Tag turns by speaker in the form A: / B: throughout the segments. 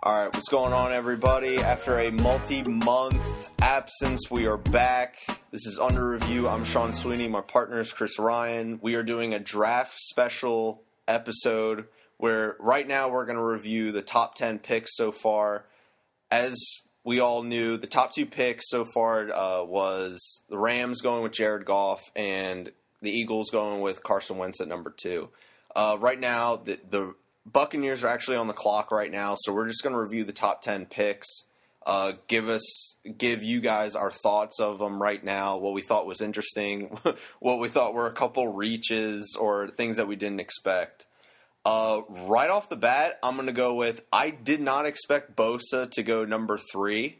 A: What's going on, everybody? After a multi month absence, we are back. This is Under Review. I'm Sean Sweeney. My partner is Chris Ryan. We are doing a draft special episode where right now we're going to review the top 10 picks so far. As we all knew, the top two picks so far uh, was the Rams going with Jared Goff and the Eagles going with Carson Wentz at number two. Uh, right now, the, the Buccaneers are actually on the clock right now, so we're just going to review the top ten picks. Uh, give us, give you guys our thoughts of them right now. What we thought was interesting, what we thought were a couple reaches or things that we didn't expect. Uh, right off the bat, I'm going to go with I did not expect Bosa to go number three.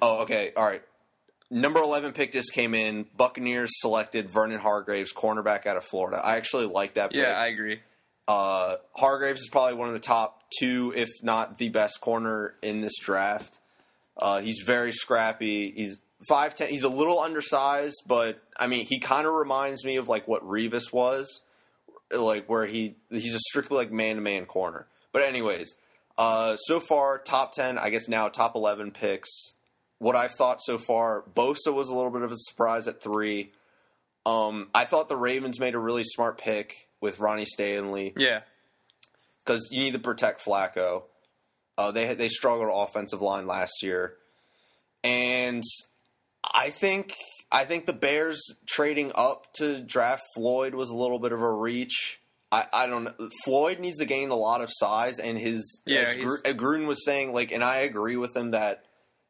A: Oh, okay, all right. Number 11 pick just came in. Buccaneers selected Vernon Hargraves, cornerback out of Florida. I actually like that pick.
B: Yeah, I agree.
A: Uh, Hargraves is probably one of the top two, if not the best corner in this draft. Uh, he's very scrappy. He's five ten. He's a little undersized, but I mean, he kind of reminds me of like what Revis was, like where he he's a strictly like man to man corner. But anyways, uh, so far top ten, I guess now top eleven picks. What I've thought so far, Bosa was a little bit of a surprise at three. Um, I thought the Ravens made a really smart pick with Ronnie Stanley
B: Yeah,
A: because you need to protect Flacco. Uh, they had- they struggled offensive line last year, and I think I think the Bears trading up to draft Floyd was a little bit of a reach. I, I don't know. Floyd needs to gain a lot of size, and his
B: Yeah,
A: as
B: he's-
A: Gru- uh, Gruden was saying like, and I agree with him that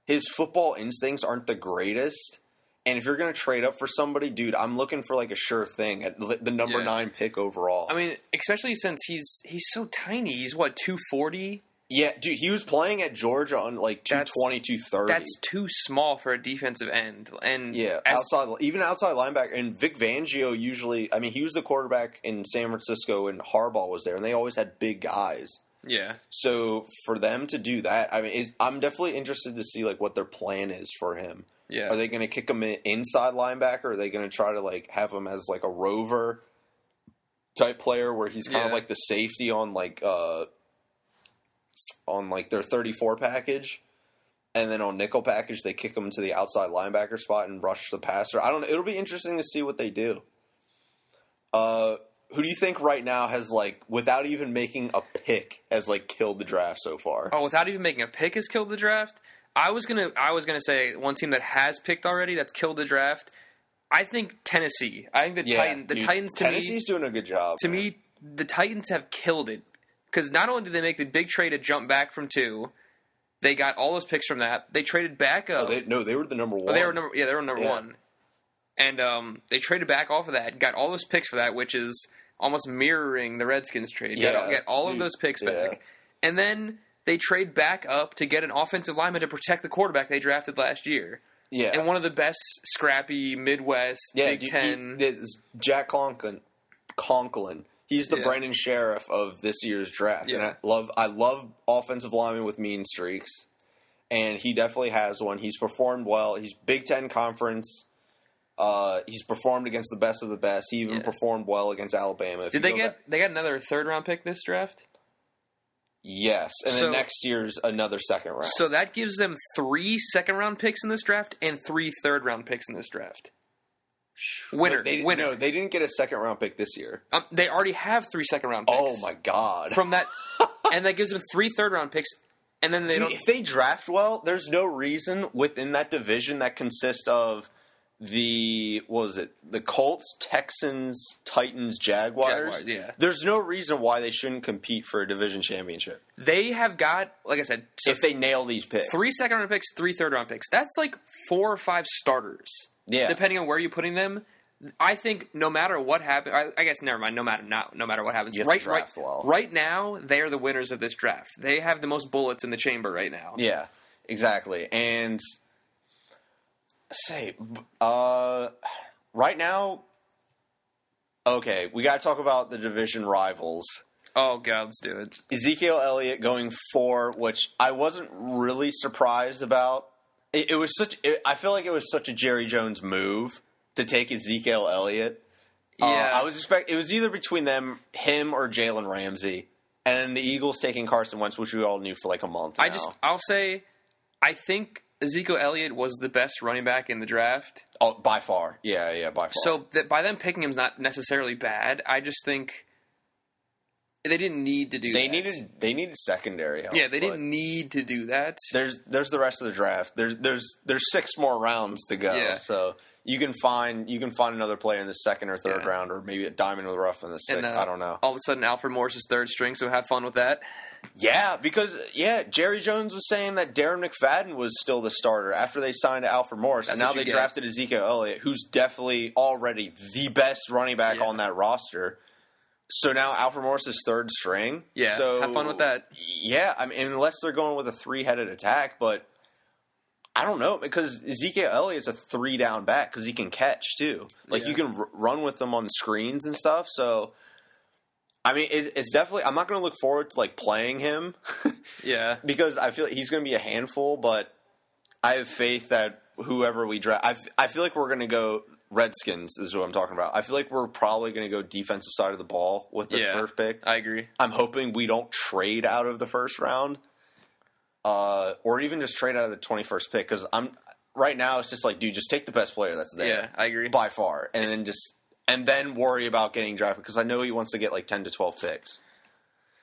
A: his football instincts aren't the greatest. And if you're going to trade up for somebody, dude, I'm looking for like a sure thing at the the number
B: Yeah.
A: nine pick overall.
B: I mean, especially since he's he's so tiny. He's what two forty.
A: Yeah, dude, he was playing at Georgia on like
B: That's-
A: 220, 230.
B: That's too small for a defensive end. And
A: yeah,
B: as-
A: outside even outside linebacker and Vic Fangio usually I mean he was the quarterback in San Francisco and Harbaugh was there and they always had big guys.
B: yeah,
A: So for them to do that, I mean it's, I'm definitely interested to see like what their plan is for him.
B: yeah.
A: Are they going to kick him in inside linebacker? Are they going to try to like have him as like a rover type player where he's kind of
B: Yeah.
A: like the safety on like uh on like their 34 package? And then on nickel package, they kick him to the outside linebacker spot and rush the passer. I don't know. It'll be interesting to see what they do. Uh, who do you think right now has like, without even making a pick, has like killed the draft so far?
B: oh, without even making a pick, has killed the draft. I was gonna I was gonna say one team that has picked already that's killed the draft. I think Tennessee. I think the Titan, the
A: dude,
B: Titans to me
A: Tennessee's doing a good job.
B: to
A: man.
B: me the Titans have killed it because not only did they make the big trade to jump back from two, they got all those picks from that. They traded back up.
A: Oh, they, no, they were the number one.
B: Oh, they were number yeah, they were number
A: Yeah.
B: one, and um, they traded back off of that, got all those picks for that, which is almost mirroring the Redskins trade. Yeah,
A: Yeah,
B: got, all
A: dude,
B: of those picks
A: yeah.
B: back, and then they trade back up to get an offensive lineman to protect the quarterback they drafted last year,
A: yeah,
B: and one of the best scrappy Midwest
A: yeah,
B: Big
A: dude, he-
B: Ten.
A: this- Jack Conklin. Conklin. He's the
B: Yeah.
A: Brandon Sheriff of this year's draft, and I
B: Yeah.
A: love I love offensive linemen with mean streaks, and he definitely has one. He's performed well. He's Big Ten conference. Uh, he's performed against the best of the best. He even
B: Yeah.
A: performed well against Alabama. If you
B: did they
A: go
B: get
A: back-
B: they got another third round pick this draft?
A: yes? And
B: So-
A: then next year's another second round.
B: So that gives them three second round picks in this draft and three third round picks in this draft. Winner,
A: they,
B: winner.
A: No, they didn't get a second round pick this year.
B: Um, they already have three second round picks.
A: Oh my god!
B: from that, and that gives them three third round picks, and then they
A: Dude,
B: don't.
A: if they draft well, there's no reason within that division that consists of the what was it? The Colts, Texans, Titans, Jaguars.
B: Jaguars, yeah,
A: There's no reason why they shouldn't compete for a division championship
B: they have got like I said, so
A: if they nail these picks.
B: three second round picks, three third round picks. That's like four or five starters,
A: yeah,
B: depending on where you're putting them. I think no matter what happens, I, I guess never mind. No matter not, no matter what happens,
A: You have to
B: right, right,
A: draft well.
B: right now they are the winners of this draft. They have the most bullets in the chamber right now.
A: yeah, exactly. And say, uh, right now, okay, we got to talk about the division rivals.
B: Oh god, let's do it.
A: Ezekiel Elliott going four, which I wasn't really surprised about. It, it was such. It, I feel like it was such a Jerry Jones move to take Ezekiel Elliott. Uh,
B: Yeah,
A: I was expect. It was either between them, him, or Jalen Ramsey. and the Eagles taking Carson Wentz, which we all knew for like a month.
B: I
A: now.
B: just I'll say I think Ezekiel Elliott was the best running back in the draft.
A: oh, by far, yeah, yeah, by far.
B: So that by them picking him is not necessarily bad. I just think they didn't need to do
A: they
B: that.
A: needed they needed secondary help.
B: Yeah, they
A: but
B: didn't need to do that.
A: There's there's the rest of the draft. There's there's there's six more rounds to go.
B: Yeah.
A: So you can find you can find another player in the second or third
B: Yeah.
A: round, or maybe a diamond with rough in the sixth.
B: And, uh,
A: I don't know.
B: All of a sudden, Alfred Morris is third string, so have fun with that.
A: Yeah, because yeah, Jerry Jones was saying that Darren McFadden was still the starter after they signed Alfred Morris,
B: That's
A: and now
B: what you
A: they
B: get.
A: drafted Ezekiel Elliott, who's definitely already the best running back
B: Yeah.
A: on that roster. So now Alfred Morris is third string.
B: Yeah,
A: so
B: have fun with that.
A: Yeah, I mean, unless they're going with a three-headed attack, but I don't know because Ezekiel Elliott's a three-down back because he can catch too. Like
B: Yeah.
A: you can r- run with them on screens and stuff. So I mean, it's, it's definitely. I'm not going to look forward to like playing him
B: Yeah.
A: because I feel like he's going to be a handful. But I have faith that whoever we draft, I, I feel like we're going to go Redskins. Is what I'm talking about. I feel like we're probably going to go defensive side of the ball with the
B: Yeah.
A: first pick.
B: I agree.
A: I'm hoping we don't trade out of the first round, uh, or even just trade out of the 21st pick. Because I'm right now, it's just like, dude, just take the best player that's there
B: Yeah, I agree.
A: by far, and then just and then worry about getting drafted. Because I know he wants to get like 10 to 12 picks.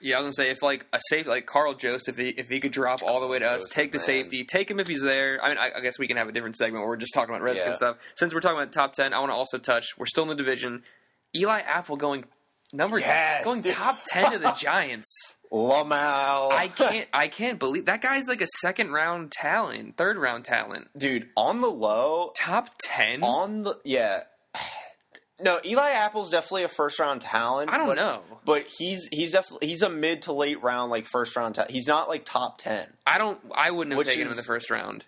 B: Yeah, I was gonna say if like a safe like Carl Joseph, if he, if he could drop all the way to us,
A: Joseph,
B: take the
A: man.
B: safety, take him if he's there. I mean, I, I guess we can have a different segment where we're just talking about Redskin
A: Yeah.
B: stuff. Since we're talking about top ten, I want to also touch. We're still in the division. Eli Apple going number
A: Yes,
B: going
A: dude.
B: top ten to the Giants.
A: Lamau,
B: I can't I can't believe that guy's like a second round talent, third round talent,
A: dude, on the low,
B: top ten.
A: on the yeah. No, Eli Apple's definitely a first round talent.
B: I don't
A: but-
B: know.
A: but he's he's definitely he's a mid to late round like first round. Ta- he's not like top ten.
B: I don't. I wouldn't have
A: Which
B: taken him in
A: is-
B: the first round.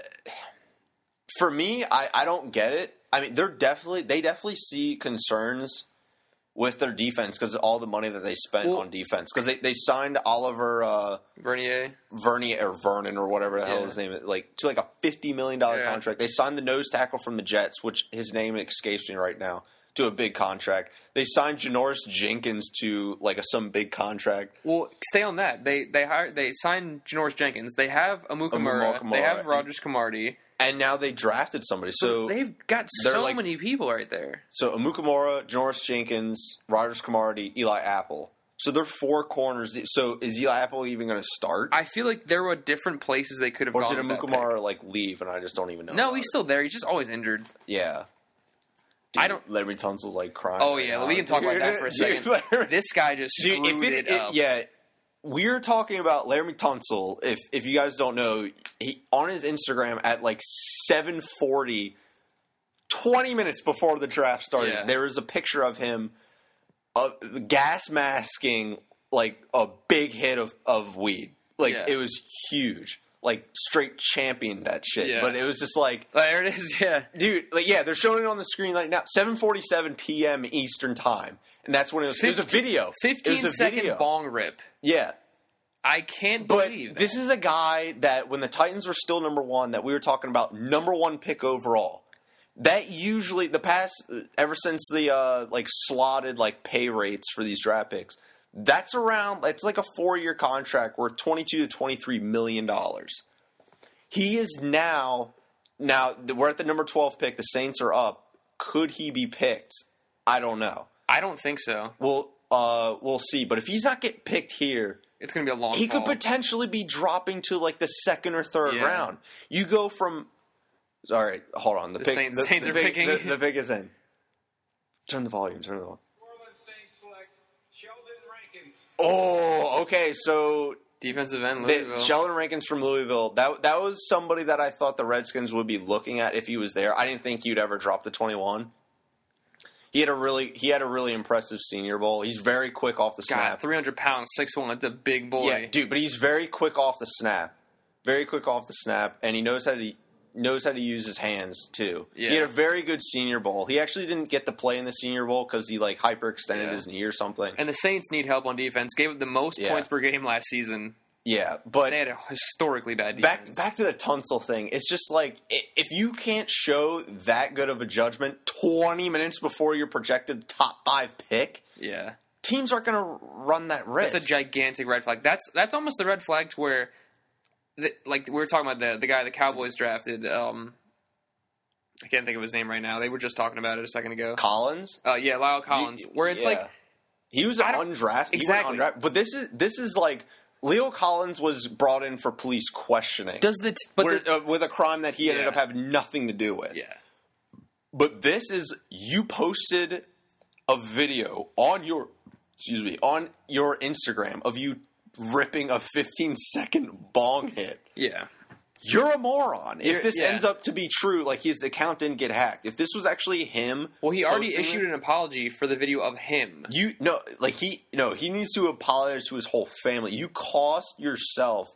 A: for me, I, I don't get it. I mean, they're definitely they definitely see concerns with their defense because all the money that they spent
B: Well-
A: on defense because they, they signed Oliver uh,
B: Vernier.
A: Vernier or Vernon or whatever the hell
B: Yeah.
A: his name is like to like a fifty million dollar
B: Yeah.
A: contract. They signed the nose tackle from the Jets, which his name escapes me right now, to a big contract. They signed Janoris Jenkins to like a, some big contract.
B: Well, stay on that. They they hired they signed Janoris Jenkins. They have Amukamura.
A: Amukamara.
B: They have Rogers Camardi.
A: and now they drafted somebody.
B: So
A: So
B: they've got
A: they're
B: so
A: like-
B: many people right there.
A: So Amukamura, Janoris Jenkins, Rogers Camardi, Eli Apple. So they're four corners. So is Eli Apple even going to start,
B: I feel like there were different places they could have
A: or
B: gone.
A: did
B: with that
A: Amukamura like leave and I just don't even know?
B: pick. No,
A: about
B: he's
A: it?
B: still there. He's just always injured.
A: yeah.
B: I don't-
A: Larry Tunsil's like crying.
B: Oh,
A: right
B: yeah,
A: now.
B: we can talk about that for a
A: Dude, Larry-
B: This guy just
A: Dude, if
B: screwed
A: it,
B: it,
A: it-
B: up.
A: yeah, we're talking about Laramie Tunsil. If if you guys don't know, he on his Instagram at like 7:40, 20 minutes before the draft started,
B: Yeah.
A: there is a picture of him, of gas masking like a big hit of of weed. Like
B: Yeah.
A: it was huge. Like straight championed that shit.
B: Yeah.
A: But it was just like
B: There it is. Yeah,
A: dude like yeah they're showing it on the screen right now 7.47 p.m eastern time and that's when it was, it was a
B: 15
A: video It was
B: fifteen
A: a
B: second
A: video.
B: bong rip.
A: yeah
B: I can't
A: but
B: believe
A: this is a guy that when the titans were still number one that we were talking about number one pick overall that usually the past ever since the uh like slotted like pay rates for these draft picks that's around it's like a four year contract worth 22 to 23 million dollars he is now now th- we're at the number 12 pick the saints are up could he be picked i don't know
B: I don't think so.
A: we'll uh we'll see but if he's not get picked here
B: It's gonna be a long.
A: he could
B: haul.
A: potentially be dropping to like the second or third
B: Yeah.
A: round. You go from all right, hold on. The,
B: The
A: pick,
B: Saints-
A: the,
B: Saints
A: the
B: are
A: pick-
B: picking.
A: The, the pick is in. Turn the volume. Turn the volume.
C: Orleans Saints select Sheldon Rankins.
A: Oh, okay. So
B: defensive end.
A: the,
B: Louisville.
A: Sheldon Rankins from Louisville. That that was somebody that I thought the Redskins would be looking at if he was there. I didn't think he'd ever drop the twenty one. He had a really he had a really impressive Senior Bowl. He's very quick off the
B: God,
A: snap.
B: three hundred pounds, six one. That's a big boy.
A: Yeah, dude, but he's very quick off the snap. Very quick off the snap, and he knows how to knows how to use his hands too. He
B: Yeah.
A: had a very good senior bowl. He actually didn't get to play in the senior bowl because he like hyperextended
B: Yeah.
A: his knee or something.
B: And the Saints need help on defense. Gave up the most
A: Yeah.
B: points per game last season.
A: yeah, but
B: They had a historically bad
A: back
B: defense.
A: back to the Tunsil thing. It's just like i- if you can't show that good of a judgment twenty minutes before your projected top five pick,
B: yeah.
A: teams aren't going to run that risk.
B: That's a gigantic red flag. That's that's almost the red flag to where, the, like we were talking about the the guy the Cowboys drafted. Um, I can't think of his name right now. They were just talking about it a second ago.
A: Collins,
B: Uh, yeah, Lyle Collins. where it's
A: Yeah.
B: like
A: he was
B: I don't-
A: undrafted. He went
B: Exactly.
A: undrafted. But this is this is like Leo Collins was brought in for police questioning.
B: does the t- but
A: where-
B: the,
A: uh, with a crime that he ended
B: Yeah.
A: up having nothing to do with.
B: yeah
A: But this is you posted a video on your excuse me on your Instagram of you ripping a 15 second bong hit.
B: yeah
A: You're a moron. If
B: You're-
A: this
B: yeah.
A: ends up to be true, like his account didn't get hacked. If this was actually him,
B: Well, he already
A: posting
B: issued
A: this-
B: an apology for the video of him.
A: you no like he no he needs to apologize to his whole family. You cost yourself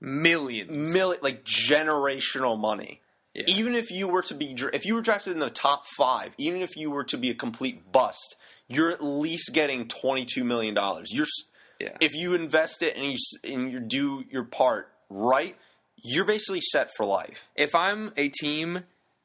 B: Millions.
A: mil- like generational money.
B: Yeah.
A: Even if you were to be, dra- if you were drafted in the top five, even if you were to be a complete bust, you're at least getting twenty two million dollars. You're s-
B: yeah.
A: if you invest it and you s- and you do your part right, you're basically set for life.
B: If I'm a team,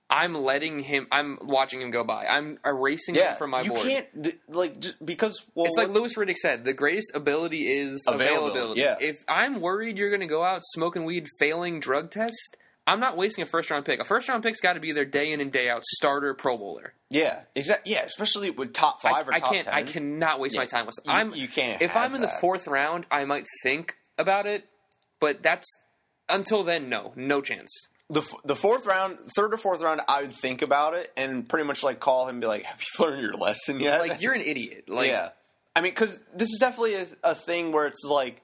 B: I'm letting him. I'm watching him go by. I'm erasing
A: Yeah,
B: him from my
A: you
B: board.
A: can't th- like just because well,
B: it's like
A: what-
B: Lewis Riddick said: the greatest ability is
A: Availability,
B: availability.
A: yeah.
B: If I'm worried you're going to go out smoking weed, failing drug test, I'm not wasting a first round pick. A first round pick's got to be there day in and day out, starter, Pro Bowler.
A: yeah, exactly. Yeah, especially with top
B: I-
A: five or
B: I,
A: top
B: can't.
A: ten.
B: I cannot waste
A: Yeah.
B: my time with.
A: You,
B: I'm
A: you can't.
B: if
A: have
B: I'm in the
A: that.
B: fourth round, I might think about it, but that's until then, no, no chance.
A: the f- the fourth round, third or fourth round, I would think about it and pretty much like call him, and be like, "Have you learned your lesson yet?"
B: Like you're an idiot. Like
A: yeah, I mean, because this is definitely a, a thing where it's like,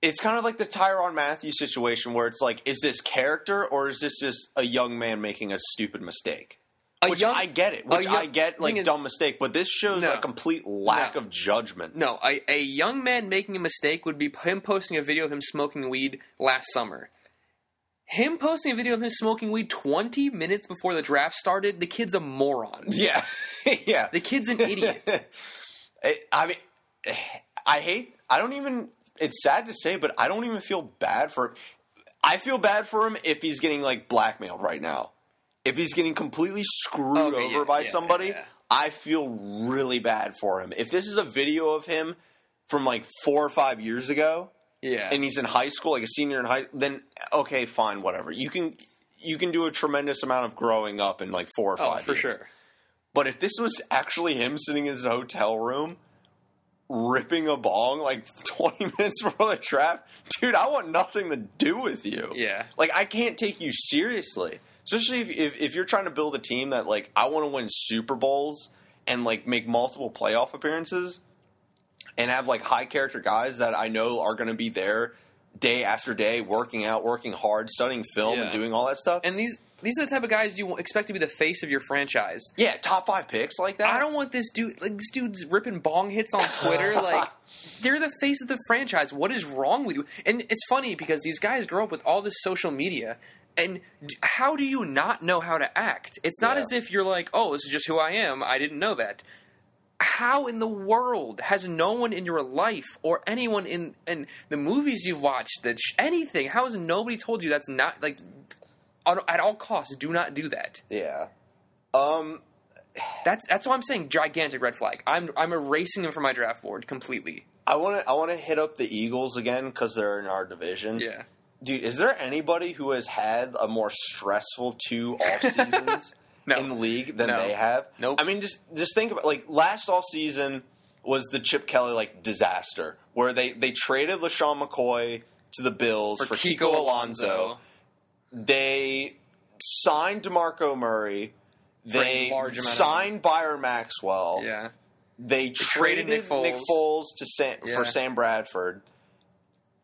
A: it's kind of like the Tyron Matthew situation where it's like, is this character or is this just a young man making a stupid mistake?
B: a
A: Which
B: young
A: I get it, which
B: young-
A: I get like
B: thing is-
A: dumb mistake, but this shows
B: No.
A: a complete lack
B: No.
A: of judgment.
B: no, a, a young man making a mistake would be p- him posting a video of him smoking weed last summer. Him posting a video of him smoking weed 20 minutes before the draft started, the kid's a moron.
A: Yeah, yeah.
B: The kid's an idiot.
A: I- Eh, I mean, I hate. I don't even. It's sad to say, but I don't even feel bad for. I feel bad for him if he's getting like blackmailed right now. If he's getting completely screwed
B: Okay,
A: over
B: yeah,
A: by
B: yeah,
A: somebody,
B: yeah.
A: I feel really bad for him. If this is a video of him from like four or five years ago,
B: Yeah.
A: and he's in high school, like a senior in high, then okay, fine, whatever. You can you can do a tremendous amount of growing up in like four or
B: oh,
A: five.
B: for
A: years.
B: sure.
A: But if this was actually him sitting in his hotel room ripping a bong like 20 minutes before the trap, dude, I want nothing to do with you.
B: Yeah.
A: Like, I can't take you seriously. Especially if, if, if you're trying to build a team that, like, I want to win Super Bowls and, like, make multiple playoff appearances and have, like, high character guys that I know are going to be there day after day, working out, working hard, studying film, and
B: Yeah.
A: doing all that stuff. And
B: And these these are the type of guys you expect to be the face of your franchise.
A: yeah, top five picks like that.
B: I don't want this dude. Like this dude's ripping bong hits on Twitter. like they're the face of the franchise. What is wrong with you? And it's funny because these guys grow up with all this social media, and d- how do you not know how to act? It's not
A: Yeah.
B: as if you're like, oh, this is just who I am. I didn't know that. How in the world has no one in your life or anyone in in the movies you've watched that sh- anything? How has nobody told you that's not like at at all costs? Do not do that.
A: Yeah. Um.
B: That's that's why I'm saying gigantic red flag. I'm I'm erasing him from my draft board completely.
A: I want to I want to hit up the Eagles again because they're in our division.
B: Yeah.
A: Dude, is there anybody who has had a more stressful two off seasons
B: No.
A: in the league than
B: No.
A: they have?
B: Nope.
A: I mean, just just think about like last off season was the Chip Kelly like disaster where they they traded LaShawn McCoy to the Bills for, Kiko, Alonso. They signed DeMarco Murray.
B: a
A: They
B: large amount of
A: signed Byron Maxwell.
B: Yeah.
A: They traded,
B: traded
A: Nick
B: Nick
A: Foles, to Sam,
B: Yeah.
A: for Sam Bradford.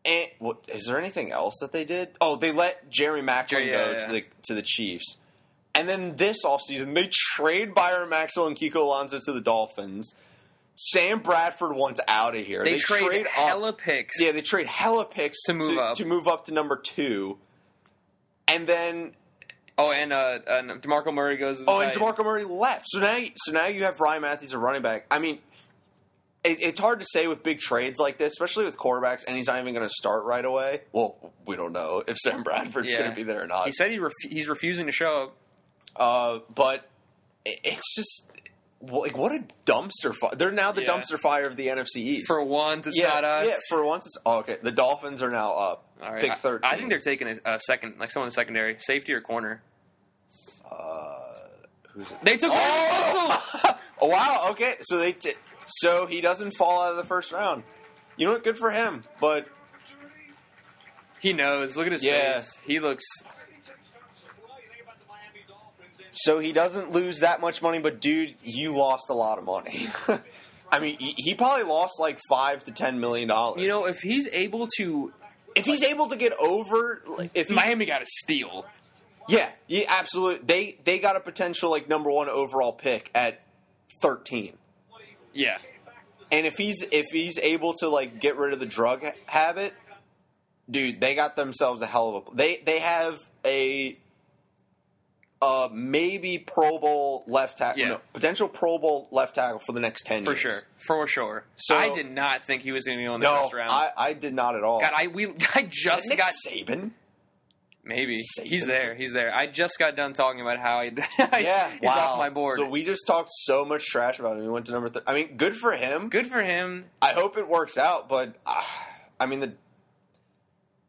A: And what, is there anything else that they did? Oh, they let Jerry Macklin
B: Jerry-
A: go
B: yeah,
A: to
B: yeah.
A: the to the Chiefs. And then this offseason, they trade Byron Maxwell and Kiko Alonso to the Dolphins. Sam Bradford wants out of here.
B: They, trade,
A: up-
B: hella picks.
A: yeah, they trade hella picks
B: To move up.
A: to move up to number two. And then
B: oh, and uh, and Demarco Murray goes. To the
A: Oh, and
B: Titans.
A: Demarco Murray left. So now, so now you have Ryan Matthews a running back. I mean, it, it's hard to say with big trades like this, especially with quarterbacks, and he's not even going to start right away. Well, we don't know if Sam Bradford's
B: Yeah.
A: going to be there or not.
B: He said he ref- he's refusing to show up.
A: Uh, but it, it's just like what a dumpster fire. They're now the
B: Yeah.
A: dumpster fire of the NFC East.
B: For once, it's
A: yeah,
B: not us.
A: yeah. For once, it's oh, okay. The Dolphins are now up.
B: All right,
A: Pick
B: I-
A: thirteen.
B: I, think they're taking a, a second, like someone in secondary, safety or corner.
A: Uh, who's it?
B: They took.
A: Oh! wow. Okay. So they t- so he doesn't fall out of the first round. You know what? Good for him. But
B: He knows. Look at his
A: Yeah.
B: face. He looks.
C: Well, you think about the Miami Dolphins and
A: so he doesn't lose that much money. But dude, you lost a lot of money. I mean, he he probably lost like five to ten million dollars.
B: You know, if he's able to,
A: if he's able to get over, like, if he-
B: Miami got a steal.
A: yeah, yeah, absolutely. They they got a potential like number one overall pick at thirteen.
B: Yeah,
A: And if he's if he's able to like get rid of the drug ha- habit, dude, they got themselves a hell of a they they have a uh maybe Pro Bowl left tackle,
B: Yeah.
A: no, potential Pro Bowl left tackle for the next ten
B: for
A: years.
B: sure, for sure.
A: So-
B: I did not think he was going to be on the
A: No,
B: first round.
A: I, I did not at all.
B: God, I we I just
A: Nick
B: got
A: Saban.
B: maybe
A: Satan.
B: he's there. He's there. I just got done talking about how he,
A: Yeah,
B: he's
A: wow.
B: off my board.
A: So we just talked so much trash about him. We went to number three. I mean, good for him.
B: Good for him.
A: I hope it works out, but uh, I mean the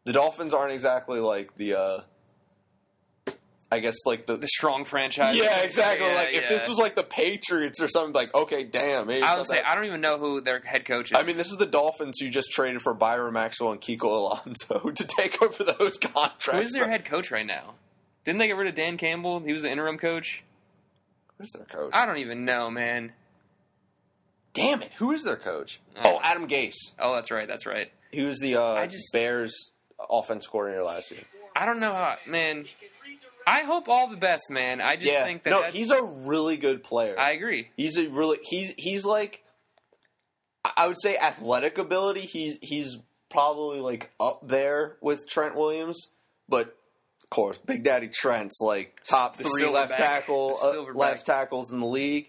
A: the Dolphins aren't exactly like the uh I guess like the
B: The strong franchise.
A: yeah exactly
B: Yeah,
A: like if
B: yeah.
A: this was like the Patriots or something like okay damn maybe
B: I would
A: it's
B: say
A: not
B: I don't even know who their head coach is.
A: that- I mean this is the Dolphins who just traded for Byron Maxwell and Kiko Alonso to take over those contracts.
B: who is their head coach right now? Didn't they get rid of Dan Campbell? He was the interim coach.
A: Who's their coach?
B: I don't even know, man.
A: Damn it! Who is their coach?
B: I don't
A: Oh,
B: know.
A: Adam Gase.
B: Oh, that's right. That's right.
A: He was the uh,
B: I just-
A: Bears offense coordinator last year.
B: I don't know how, man. I hope all the best, man. I just
A: yeah,
B: think that
A: no,
B: that's,
A: he's a really good player.
B: I agree.
A: He's a really he's he's like I- I would say athletic ability. He's he's probably like up there with Trent Williams, but of course, Big Daddy Trent's like top
B: The
A: three
B: silverback.
A: left tackle
B: The
A: uh,
B: silverback.
A: left tackles in the league.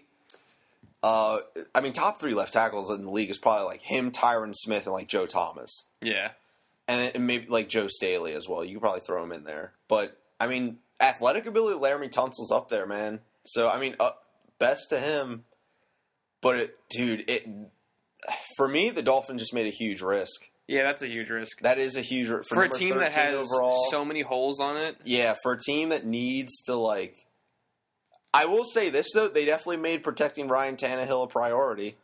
A: Uh, I mean, top three left tackles in the league is probably like him, Tyron Smith, and like Joe Thomas,
B: Yeah.
A: and, and maybe like Joe Staley as well. You could probably throw him in there, but I mean, athletic ability, Laramie Tunsil's up there, man. So I mean, uh, best to him. But it, dude, it for me, the Dolphins just made a huge risk.
B: Yeah, that's a huge risk.
A: That is a huge risk
B: for a team that has
A: overall.
B: so many holes on it.
A: yeah, for a team that needs to like. I will say this though, they definitely made protecting Ryan Tannehill a priority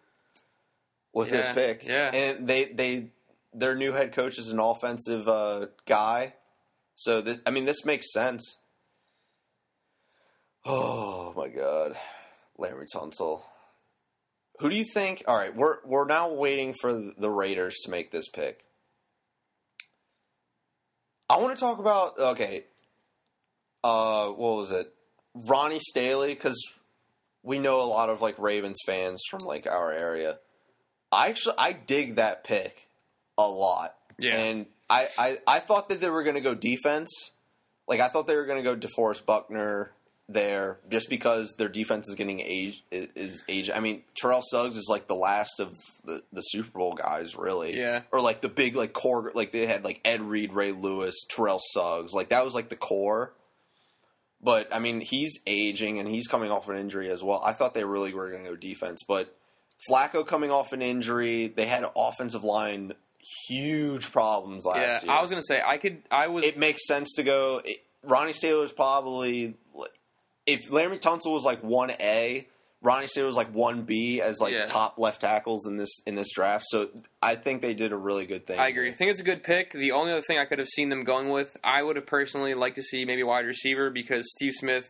A: with this
B: Yeah,
A: pick.
B: yeah.
A: and they they their new head coach is an offensive uh, guy, so this, I mean this makes sense. Oh my God, Larry Tunsil. Who do you think? All right, we're we're now waiting for the Raiders to make this pick. I want to talk about okay. Uh, what was it? Ronnie Staley, because we know a lot of like Ravens fans from like our area. I actually I dig that pick a lot, and I I, I thought that they were going to go defense. Like I thought they were going to go DeForest Buckner there, just because their defense is getting age is, is age. I mean, Terrell Suggs is like the last of the, the Super Bowl guys, really
B: yeah.
A: or like the big like core like they had like Ed Reed, Ray Lewis, Terrell Suggs, like that was like the core. But I mean, he's aging and he's coming off an injury as well. I thought they really were going to go defense, but Flacco coming off an injury, they had offensive line huge problems
B: Yeah.
A: last year.
B: I was gonna say I could. I was.
A: it makes sense to go. It, Ronnie Staley is probably if Laramie Tunsil was like one A, Ronnie Staley was like one B as like
B: Yeah.
A: top left tackles in this in this draft. So I think they did a really good thing.
B: I agree. I think it's a good pick. The only other thing I could have seen them going with, I would have personally liked to see maybe wide receiver because Steve Smith,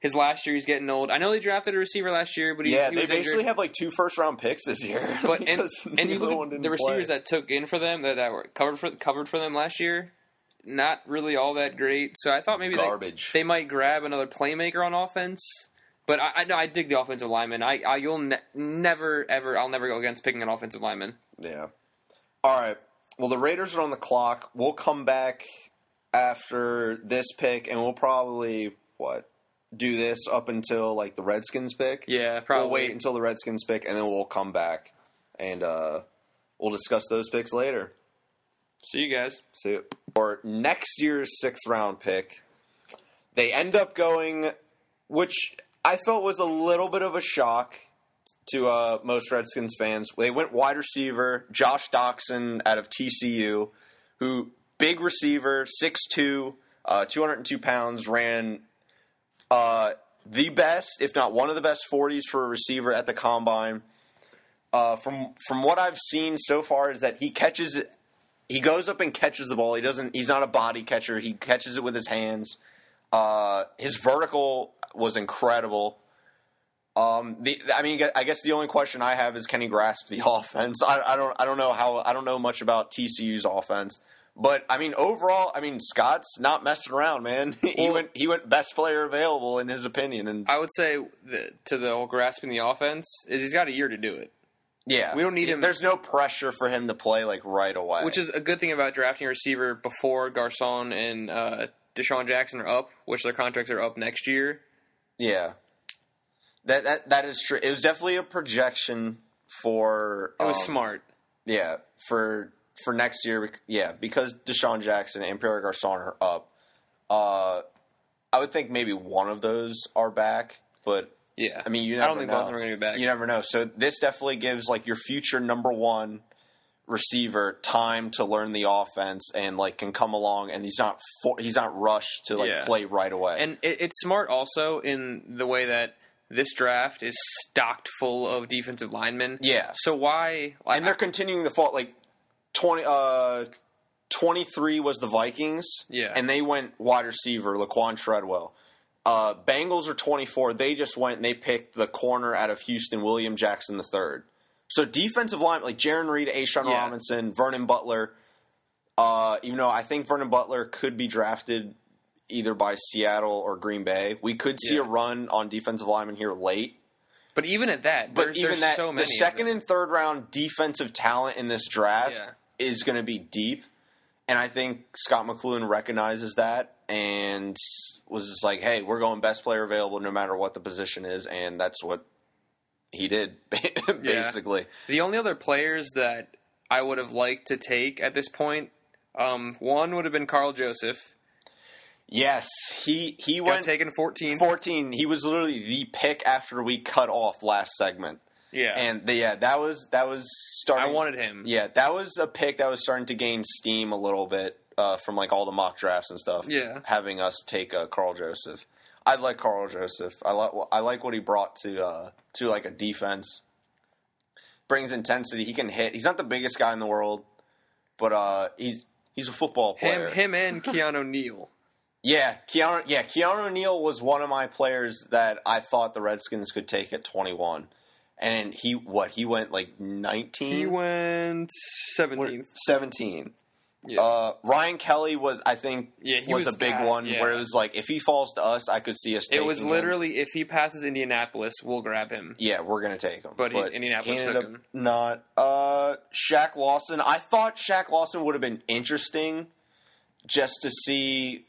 B: his last year, he's getting old. I know they drafted a receiver last year, but he,
A: yeah,
B: he
A: they
B: was
A: basically
B: injured.
A: have like two first round picks this year.
B: But and,
A: because
B: and you
A: neither one
B: look at
A: didn't
B: the receivers
A: play.
B: that took in for them that, that were covered for covered for them last year, not really all that great. So I thought maybe they,
A: garbage.
B: they might grab another playmaker on offense. But I, I, no, I dig the offensive lineman. I, I you'll ne- never ever I'll never go against picking an offensive lineman.
A: yeah. All right. Well, the Raiders are on the clock. We'll come back after this pick, and we'll probably what do this up until like the Redskins pick.
B: Yeah, probably.
A: We'll wait until the Redskins pick, and then we'll come back and uh, we'll discuss those picks later.
B: See you guys.
A: So for next year's sixth round pick, they end up going, which I felt was a little bit of a shock. to uh, most Redskins fans. They went wide receiver, Josh Doxson out of TCU, who big receiver, 6'2", uh, 202 pounds, ran uh, the best, if not one of the best 40s for a receiver at the combine. Uh, from from what I've seen so far is that he catches it. He goes up and catches the ball. He doesn't. He's not a body catcher. He catches it with his hands. Uh, his vertical was incredible. Um, the, I mean, I guess the only question I have is can he grasp the offense? I, I don't, I don't know how, I don't know much about TCU's offense, but I mean, overall, I mean, Scott's not messing around, man. he
B: Well-
A: went, he went best player available in his opinion, and
B: I would say the, to the whole grasping the offense is he's got a year to do it,
A: yeah,
B: we don't need him-
A: There's no pressure for him to play like right away,
B: which is a good thing about drafting a receiver before Garcon and uh, Deshaun Jackson are up, which their contracts are up next year.
A: yeah, that that that is true. It was definitely a projection for
B: It was
A: um,
B: smart.
A: Yeah, for for next year, bec- yeah, because Deshaun Jackson and Pierre Garcon are up. Uh, I would think maybe one of those are back, but
B: Yeah,
A: I mean, you
B: I
A: never
B: don't think
A: know.
B: both of them are going to be back.
A: you never know. So this definitely gives like your future number one receiver time to learn the offense and like can come along, and he's not for, he's not rushed to like
B: Yeah.
A: play right away.
B: And it, it's smart also in the way that this draft is stocked full of defensive linemen.
A: yeah,
B: So why?
A: and they're continuing the fault. Like twenty, uh, twenty three was the Vikings.
B: Yeah.
A: and they went wide receiver Laquan Treadwell. Uh, Bengals are twenty four. They just went and they picked the corner out of Houston, William Jackson the third. So defensive line like Jaron Reed, Ashawn
B: Yeah.
A: Robinson, Vernon Butler. Uh, even though I think Vernon Butler could be drafted either by Seattle or Green Bay, we could see
B: Yeah.
A: a run on defensive linemen here late.
B: but even at that,
A: But
B: there's,
A: even
B: there's
A: that,
B: so many.
A: the
B: of
A: second
B: them.
A: and third round defensive talent in this draft
B: Yeah.
A: is going to be deep, and I think Scott McLuhan recognizes that and was just like, "Hey, we're going best player available, no matter what the position is," and that's what he did, basically.
B: the only other players that I would have liked to take at this point, um, one would have been Carl Joseph.
A: Yes, he he
B: Got
A: went
B: taken 14.
A: fourteen. He was literally the pick after we cut off last segment,
B: yeah,
A: and the, yeah, that was that was
B: I
A: starting.
B: wanted him.
A: Yeah, that was a pick that was starting to gain steam a little bit uh, from like all the mock drafts and stuff.
B: Yeah.
A: having us take uh, Carl Joseph. I like Carl Joseph. I like I like what he brought to uh, to like a defense. Brings intensity. He can hit. He's not the biggest guy in the world, but uh, he's he's a football player.
B: Him, him, and Keanu Neal.
A: Yeah, Keanu. Yeah, Keanu O'Neill was one of my players that I thought the Redskins could take at twenty one, and he what he went like nineteen.
B: He went
A: What-
B: 17th.
A: 17.
B: Yeah.
A: Uh, Ryan Kelly was, I think,
B: Yeah, he
A: was,
B: was
A: a big
B: that,
A: one
B: yeah.
A: where it was like, if he falls to us, I could see us.
B: It was
A: taking him.
B: literally if he passes Indianapolis, we'll grab him.
A: yeah, we're gonna take him.
B: But he- Indianapolis
A: he
B: took
A: ended up
B: him.
A: Not uh, Shaq Lawson. I thought Shaq Lawson would have been interesting, just to see,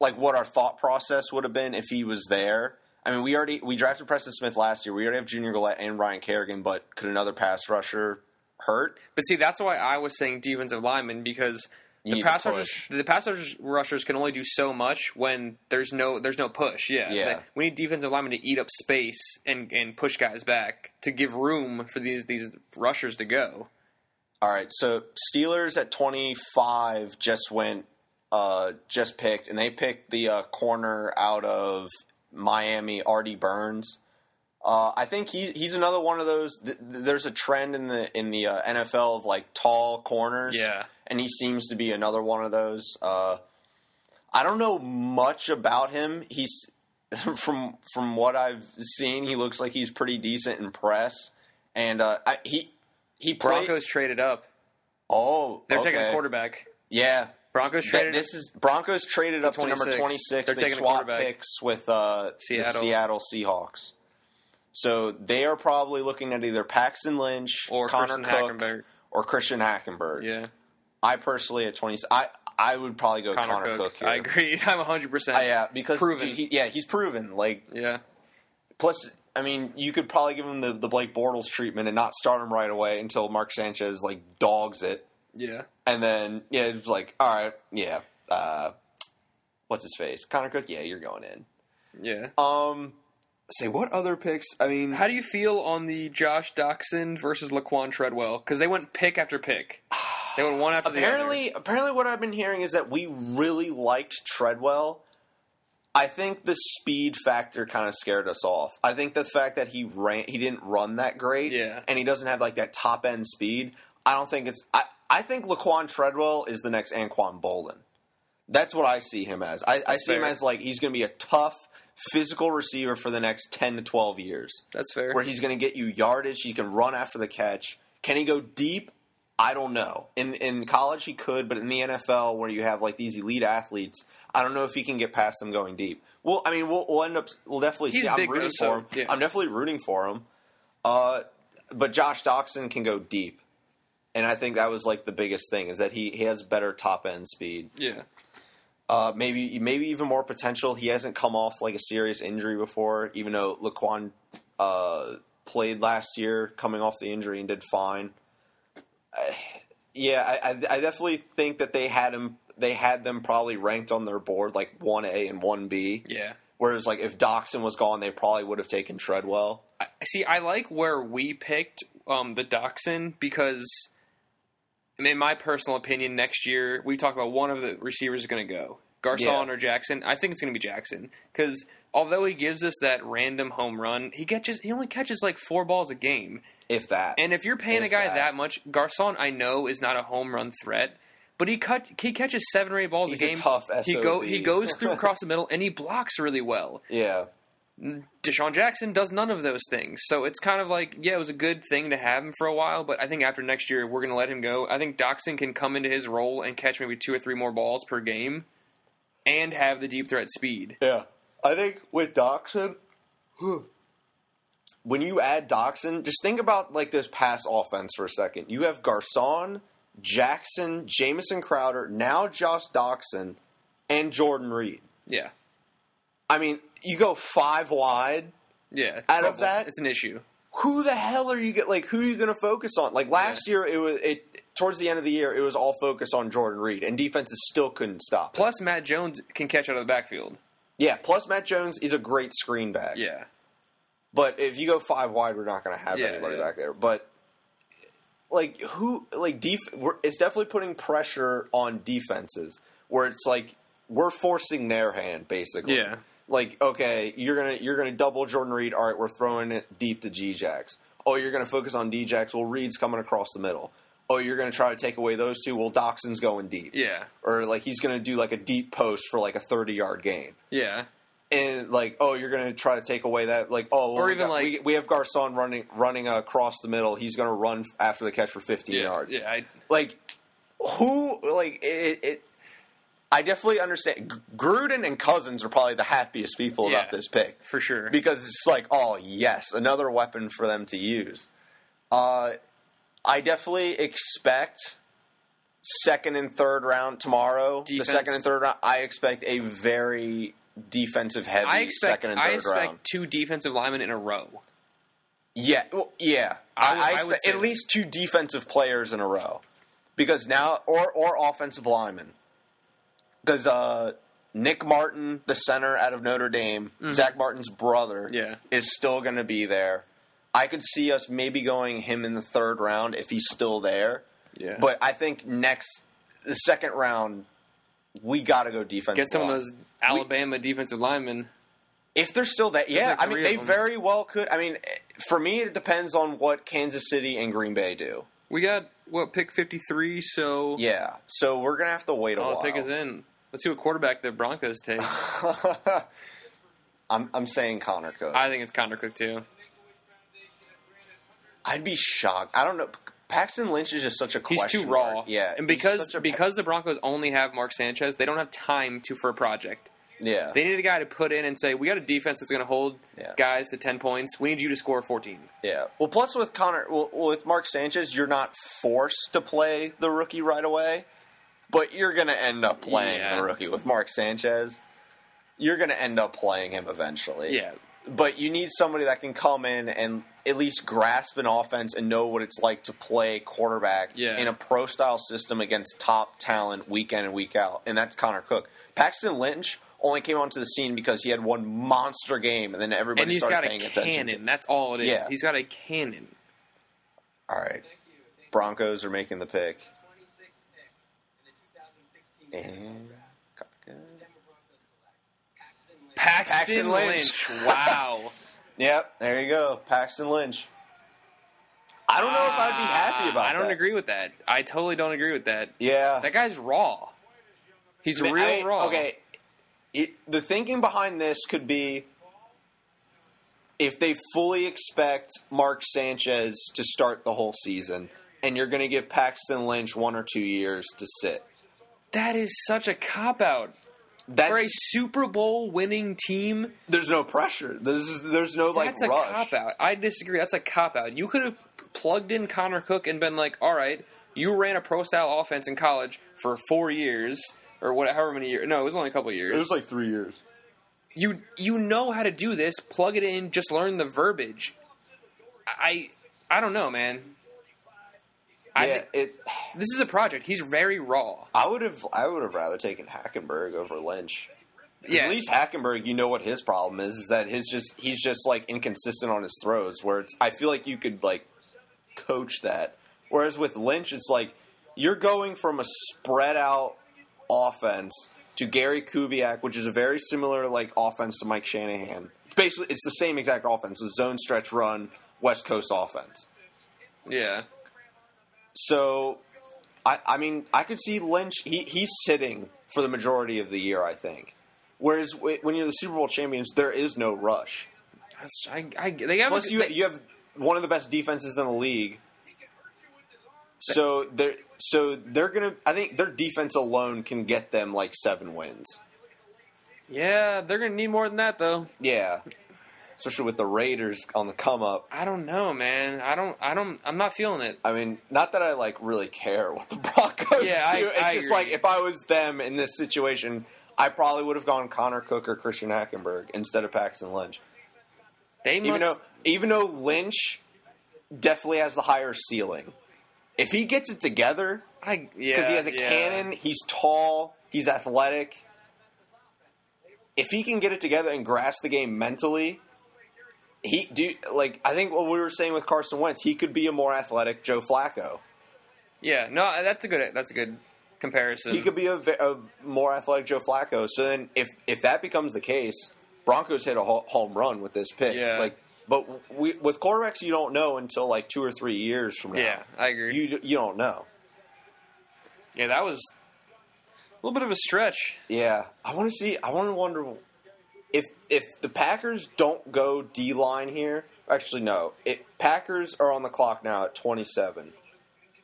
A: like, what our thought process would have been if he was there. I mean, we already we drafted Preston Smith last year. We already have Junior Gillette and Ryan Kerrigan, but could another pass rusher hurt?
B: But see, that's why I was saying defensive lineman because
A: You
B: the
A: need to
B: pass rushers,
A: push.
B: the pass rushers- rushers can only do so much when there's no there's no push. Yeah,
A: Yeah.
B: Like, we need defensive linemen to eat up space and and push guys back to give room for these these rushers to go.
A: All right, so Steelers at 25 just went, uh, just picked, and they picked the uh, corner out of Miami, Artie Burns. Uh, I think he's he's another one of those. Th- th- there's a trend in the in the uh, NFL of like tall corners,
B: Yeah,
A: and he seems to be another one of those. Uh, I don't know much about him. He's from from what I've seen, he looks like he's pretty decent in press, and uh, I, he he played.
B: Broncos traded up.
A: Oh,
B: They're
A: okay.
B: taking a quarterback.
A: Yeah,
B: Broncos
A: Th-
B: traded.
A: this is Broncos traded up to number
B: 26.
A: twenty six.
B: They're
A: They
B: taking a
A: swap
B: quarterback.
A: picks with uh,
B: Seattle.
A: the Seattle Seahawks. So they are probably looking at either Paxton Lynch,
B: or
A: Connor
B: Christian
A: Cook,
B: Hackenberg.
A: or Christian Hackenberg.
B: Yeah,
A: I personally at twenty, I I would probably go
B: Connor, Cook.
A: here.
B: I agree. I'm 100. percent
A: Uh, yeah, because
B: Proven.
A: dude, he, yeah, he's proven. Like
B: Yeah.
A: plus, I mean, you could probably give him the, the Blake Bortles treatment and not start him right away until Mark Sanchez like dogs it.
B: Yeah.
A: And then yeah, it was like, all right, yeah. Uh, what's his face? Connor Cook, yeah, you're going in.
B: Yeah.
A: Um say what other picks? I mean,
B: How do you feel on the Josh Doxson versus Laquan Treadwell? Because they went pick after pick. They went one after
A: apparently, apparently, what I've been hearing is that we really liked Treadwell. I think the speed factor kind of scared us off. I think the fact that he ran, he didn't run that great,
B: Yeah.
A: and he doesn't have like that top end speed. I don't think it's. I, I think Laquan Treadwell is the next Anquan Bolin. That's what I see him as. I, I
B: That's
A: see him
B: fair.
A: as like he's going to be a tough physical receiver for the next ten to twelve years
B: the other. That's fair.
A: where he's going to get you yardage. He can run after the catch. Can he go deep? I don't know. In in college he could, but in the NFL where you have like these elite athletes, I don't know if he can get past them going deep. Well, I mean, we'll, we'll end up. We'll definitely
B: He's
A: see. I'm
B: big, though,
A: rooting
B: so,
A: for him.
B: yeah.
A: I'm definitely rooting for him. Uh, but Josh Doxson can go deep, and I think that was like the biggest thing is that he he has better top end speed.
B: Yeah.
A: Uh, maybe maybe even more potential. He hasn't come off like a serious injury before, even though Laquan uh, played last year, coming off the injury and did fine. I- yeah, I, I, I definitely think that they had him. They had them probably ranked on their board like one A and one B.
B: Yeah.
A: Whereas like if Doxson was gone, they probably would have taken Treadwell.
B: I, see, I like where we picked um, the Dachshund because, I mean, in my personal opinion, next year we talk about one of the receivers is going to go Garcon
A: Yeah.
B: or Jackson. I think it's going to be Jackson because although he gives us that random home run, he catches he only catches like four balls a game.
A: If that,
B: And if you're paying a
A: If
B: guy
A: that.
B: that. much, Garcon, I know is not a home run threat, but he cut he catches seven or eight balls
A: He's a
B: a game.
A: tough
B: he
A: SOB.
B: go he goes through across the middle and he blocks really well.
A: yeah,
B: Deshaun Jackson does none of those things. So it's kind of like, yeah, it was a good thing to have him for a while, but I think after next year, we're going to let him go. I think Doxson can come into his role and catch maybe two or three more balls per game and have the deep threat speed.
A: Yeah. I think with Doxson, when you add Doxson, just think about like this pass offense for a second. You have Garcon, Jackson, Jamison Crowder, now Josh Doxson, and Jordan Reed.
B: Yeah.
A: I mean, you go five wide.
B: Yeah. it's
A: Out of
B: trouble.
A: that-
B: it's an issue.
A: Who the hell are you get? Like, who are you going to focus on? Like last year, it was it towards the end of the year, it was all focused on Jordan Reed, and defenses still couldn't stop. it.
B: Plus, Matt Jones can catch out of the backfield.
A: yeah, plus Matt Jones is a great screen back.
B: Yeah.
A: But if you go five wide, we're not going to have
B: Yeah,
A: anybody
B: yeah.
A: back there. But like who like deep, we're, it's definitely putting pressure on defenses where it's like we're forcing their hand basically.
B: Yeah.
A: Like okay, you're gonna you're gonna double Jordan Reed. All right, we're throwing it deep to G Jacks. Oh, you're gonna focus on D Jacks. Well, Reed's coming across the middle. Oh, you're gonna try to take away those two. Well, Doxson's going deep,
B: Yeah.
A: or like he's gonna do like a deep post for like a thirty yard gain
B: Yeah.
A: and like, oh, you're gonna try to take away that, like, oh, well,
B: Or
A: we
B: even,
A: got-
B: like-
A: we, we have Garcon running running across the middle. He's gonna run after the catch for 15
B: Yeah.
A: yards.
B: Yeah. I,
A: Like, who? Like it. it I definitely understand. G- Gruden and Cousins are probably the happiest people about
B: Yeah.
A: this pick
B: for sure.
A: because it's like, oh yes, another weapon for them to use. Uh, I definitely expect second and third round tomorrow.
B: Defense.
A: The second and third round, I expect a very defensive heavy
B: I expect,
A: second and third
B: I expect
A: round.
B: two defensive linemen in a row.
A: Yeah, well, yeah.
B: I
A: I,
B: would-
A: I
B: I would
A: expect
B: say
A: at
B: that.
A: least two defensive players in a row, because now or or offensive linemen, because uh, Nick Martin, the center out of Notre Dame, Zach Martin's brother,
B: Mm. Yeah.
A: is still going to be there. I could see us maybe going him in the third round if he's still there.
B: Yeah.
A: But I think next the second round, we got to go defensive.
B: get some of
A: line.
B: those Alabama defensive linemen.
A: If they're still that, yeah.
B: like
A: I mean,
B: three of
A: they
B: them.
A: very well could. I mean, for me, it depends on what Kansas City and Green Bay do.
B: We got what pick fifty three, so
A: Yeah, so we're gonna have to wait a
B: all
A: while.
B: the pick is in. Let's see what quarterback the Broncos take.
A: I'm I'm saying Connor Cook.
B: I think it's Connor Cook too.
A: I'd be shocked. I don't know. Paxton Lynch is just such a
B: He's
A: question
B: too raw.
A: mark. Yeah,
B: and
A: he's
B: because
A: such a-
B: because the Broncos only have Mark Sanchez, they don't have time to for a project.
A: yeah,
B: They need a guy to put in and say, "We got a defense that's going to hold
A: Yeah.
B: guys to ten points. We need you to score 14.
A: yeah. Well, plus with Connor, well, with Mark Sanchez, you're not forced to play the rookie right away, but you're gonna end up playing
B: Yeah.
A: the rookie with Mark Sanchez. You're gonna end up playing him eventually.
B: Yeah,
A: but you need somebody that can come in and at least grasp an offense and know what it's like to play quarterback
B: Yeah.
A: in a pro style system against top talent week in and week out. And that's Connor Cook. Paxton Lynch only came onto the scene because he had one monster game, and then everybody
B: and he's
A: started
B: got a
A: paying attention. to
B: cannon. That's all it is.
A: Yeah.
B: He's got a cannon.
A: All right, Broncos are making the pick. And
B: Paxton,
A: Paxton Lynch.
B: Lynch. Wow.
A: yep, there you go, Paxton Lynch. I don't know if I'd be happy about.
B: Uh, Ah, I don't
A: that.
B: agree with that. I totally don't agree with that.
A: Yeah,
B: That guy's raw. He's
A: I mean,
B: real
A: I-
B: raw.
A: Okay, it, the thinking behind this could be if they fully expect Mark Sanchez to start the whole season, and you're going to give Paxton Lynch one or two years to sit.
B: That is such a cop out.
A: That's
B: For a Super Bowl winning team,
A: there's no pressure. There's there's no like
B: that's a
A: rush.
B: cop out. I disagree. That's a cop out. You could have plugged in Connor Cook and been like, all right, you ran a pro style offense in college for four years or whatever however many years. No, it was only a couple years.
A: It was like three years.
B: you you know how to do this. Plug it in. Just learn the verbiage. I I don't know, man. I
A: yeah,
B: thi-
A: it.
B: this is a project. He's very raw.
A: I would have. I would have rather taken Hackenberg over Lynch. 'Cause
B: Yeah,
A: At least Hackenberg, you know what his problem is, is that his just he's just like inconsistent on his throws. Where it's, I feel like you could like coach that. Whereas with Lynch, it's like you're going from a spread out offense to Gary Kubiak, which is a very similar like offense to Mike Shanahan. It's basically it's the same exact offense, the zone stretch run West Coast offense.
B: yeah.
A: So, I, I mean, I could see Lynch. He, he's sitting for the majority of the year, I think. Whereas w- when you're the Super Bowl champions, there is no rush.
B: That's- I, I, they have
A: Plus,
B: a,
A: you
B: they-
A: you have one of the best defenses in the league. So they're so they're gonna. I think their defense alone can get them like seven wins.
B: yeah, they're gonna need more than that though.
A: Yeah, especially with the Raiders on the come up.
B: I don't know, man. I don't. I don't. I'm not feeling it.
A: I mean, not that I like really care what the Broncos
B: Yeah, I-
A: do. it's
B: I
A: just
B: agree.
A: like if I was them in this situation, I probably would have gone Connor Cook or Christian Hackenberg instead of Paxton Lynch.
B: They
A: Even
B: must.
A: though even though Lynch definitely has the higher ceiling. If he gets it together,
B: I yeah.
A: because he has a
B: yeah.
A: cannon, he's tall, he's athletic. If he can get it together and grasp the game mentally, he do like I think what we were saying with Carson Wentz, he could be a more athletic Joe Flacco.
B: Yeah. No, that's a good. That's a good comparison.
A: He could be a, ve- a more athletic Joe Flacco. So then, if if that becomes the case, Broncos hit a ho- home run with this pick.
B: Yeah.
A: Like, but we, with quarterbacks, you don't know until like two or three years from now.
B: yeah, I agree.
A: You you don't know.
B: yeah, that was a little bit of a stretch.
A: Yeah, I want to see. I want to wonder if if the Packers don't go D line here. Actually, no. It Packers are on the clock now at twenty seven,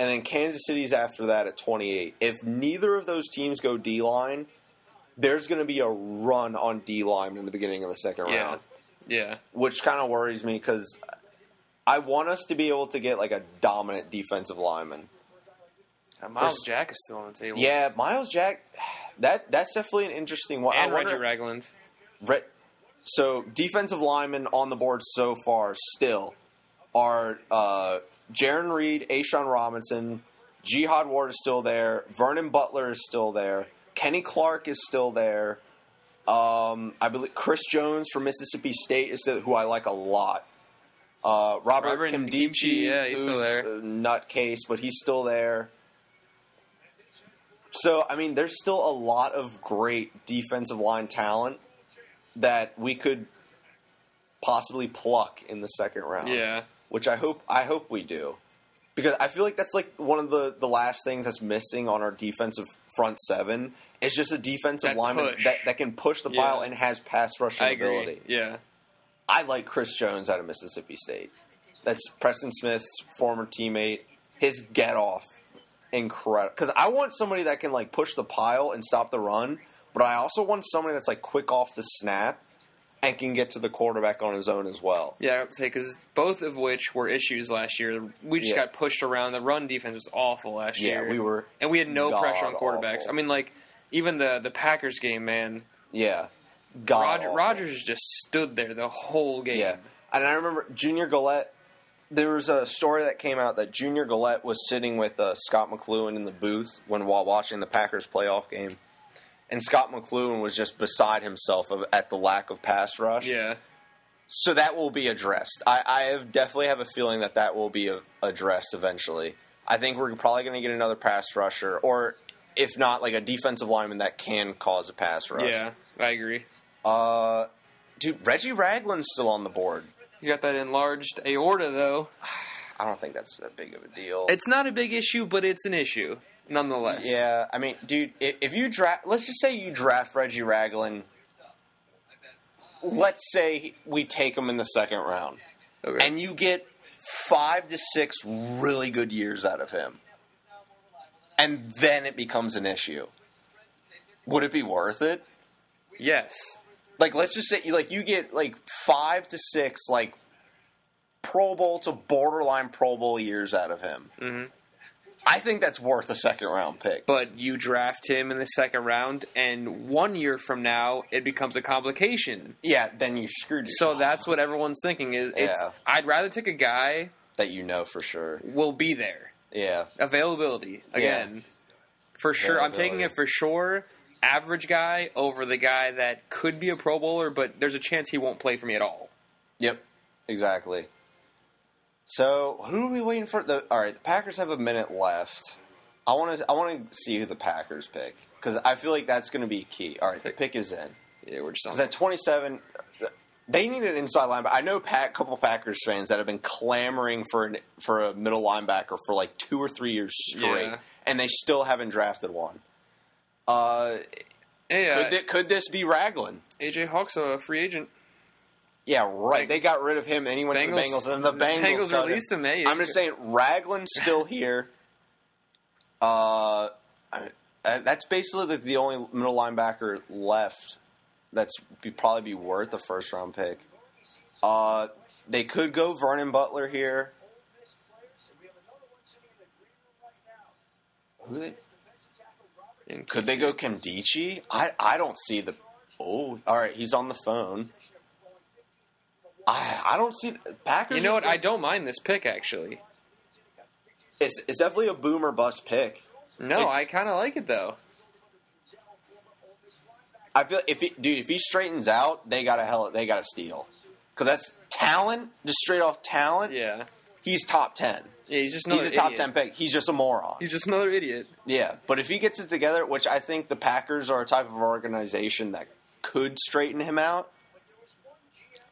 A: and then Kansas City's after that at twenty eight. If neither of those teams go D line, there's going to be a run on D line in the beginning of the second
B: Yeah.
A: round,
B: Yeah.
A: which kind of worries me because I want us to be able to get like a dominant defensive lineman.
B: Uh, Miles
A: There's-
B: Jack is still on the table.
A: Yeah, Miles Jack. That that's definitely an interesting one. I
B: And
A: wonder-
B: Reggie Ragland.
A: Re- so defensive linemen on the board so far still are uh, Jaron Reed, Ashawn Robinson, Jihad Ward is still there, Vernon Butler is still there, Kenny Clark is still there. Um, I believe Chris Jones from Mississippi State is still, who I like a lot. Uh, Robert,
B: Robert
A: Kimdichie,
B: Kimdichie, yeah, he's still
A: who's
B: there.
A: a Nutcase, but he's still there. So I mean, there's still a lot of great defensive line talent that we could possibly pluck in the second round.
B: Yeah.
A: which I hope I hope we do, because I feel like that's like one of the the last things that's missing on our defensive front seven is just a defensive
B: That
A: lineman
B: push.
A: that that can push the
B: Yeah.
A: pile and has pass rushing
B: I agree.
A: ability.
B: Yeah.
A: I like Chris Jones out of Mississippi State. That's Preston Smith's former teammate. His get off, incredible. Because I want somebody that can like push the pile and stop the run, but I also want somebody that's like quick off the snap and can get to the quarterback on his own as well.
B: Yeah, I would say because both of which were issues last year. We just
A: Yeah.
B: got pushed around. The run defense was awful last
A: Yeah,
B: year.
A: we were.
B: and we had no
A: god
B: pressure on quarterbacks.
A: awful.
B: I mean, like even the the Packers game, man.
A: Yeah, God.
B: Roger,
A: awful.
B: Rogers just stood there the whole game.
A: Oh. Yeah, and I remember Junior Gillette. There was a story that came out that Junior Gillette was sitting with uh, Scott McLuhan in the booth when while watching the Packers playoff game, and Scott McLuhan was just beside himself of, at the lack of pass rush.
B: Yeah.
A: So that will be addressed. I, I have definitely have a feeling that that will be a, addressed eventually. I think we're probably going to get another pass rusher, or if not, like a defensive lineman that can cause a pass rush.
B: Yeah. I agree.
A: Uh, dude, Reggie Ragland's still on the board.
B: He's got that enlarged aorta though.
A: I don't think that's that big of a deal.
B: It's not a big issue, but it's an issue nonetheless.
A: yeah, I mean, dude, if, if you draft, let's just say you draft Reggie Ragland. Let's say we take him in the second round,
B: Okay.
A: and you get five to six really good years out of him, and then it becomes an issue. Would it be worth it?
B: yes.
A: like let's just say you like you get like five to six like pro bowl to borderline pro bowl years out of him
B: hmm
A: i think that's worth a second round pick
B: But you draft him in the second round, and one year from now, it becomes a complication.
A: yeah then you screwed yourself
B: So that's what everyone's thinking is it's
A: Yeah.
B: I'd rather take a guy
A: that you know for sure
B: will be there.
A: yeah
B: Availability again. For sure. I'm taking it
A: Availability.
B: for sure. Average guy over the guy that could be a pro bowler, but there's a chance he won't play for me at all.
A: yep exactly so who are we waiting for the all right the packers have a minute left i want to i want to see who the packers pick because i feel like that's going to be key all right the pick is in
B: Yeah, we're just
A: Because
B: on
A: at 27, they need an inside linebacker. I know a couple Packers fans that have been clamoring for an, for a middle linebacker for like two or three years straight,
B: Yeah.
A: and they still haven't drafted one. Uh,
B: Yeah, Uh,
A: could, thi- could this be Raglan?
B: AJ Hawk's a free agent.
A: Yeah, right. they got rid of him and he went to the
B: Bengals-
A: Bengals, and the Bengals,
B: Bengals
A: got him.
B: released him, eh?
A: I'm just saying, Raglan's still here. Uh, I- uh, that's basically the, the only middle linebacker left that's be, probably be worth a first round pick. Uh, they could go Vernon Butler here. Who they?
B: And
A: Could they go Kandichi? I I don't see the. Oh, all right. He's on the phone. I I don't see Packers.
B: You know what?
A: is-
B: I don't mind this pick actually.
A: It's, it's definitely a boom or bust pick.
B: No,
A: It's-
B: I kind of like it though.
A: I feel if he, dude, if he straightens out, they got a hell, they got a steal because that's talent, just straight off talent.
B: Yeah,
A: He's top ten.
B: yeah. He's just another.
A: he's a top
B: idiot.
A: ten pick. He's just a moron.
B: He's just another idiot.
A: yeah, but if he gets it together, which I think the Packers are a type of organization that could straighten him out,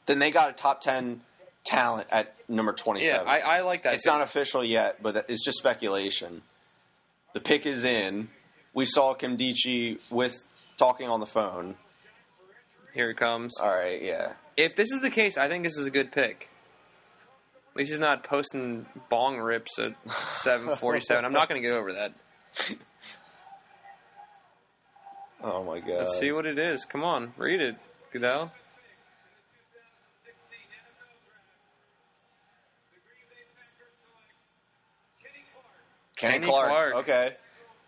A: then they got a top ten talent at number
B: Yeah,
A: twenty-seven.
B: I, I like that.
A: it's not official yet, but that- it's just speculation. The pick is in. We saw Kimdichi with talking on the phone.
B: Here it comes.
A: All right, yeah.
B: If this is the case, I think this is a good pick. At least he's not posting bong rips at 747. I'm not going to get over that.
A: Oh my god.
B: Let's see what it is. Come on, read it, Goodell.
A: Kenny,
B: Kenny
A: Clark.
B: Clark.
A: Okay.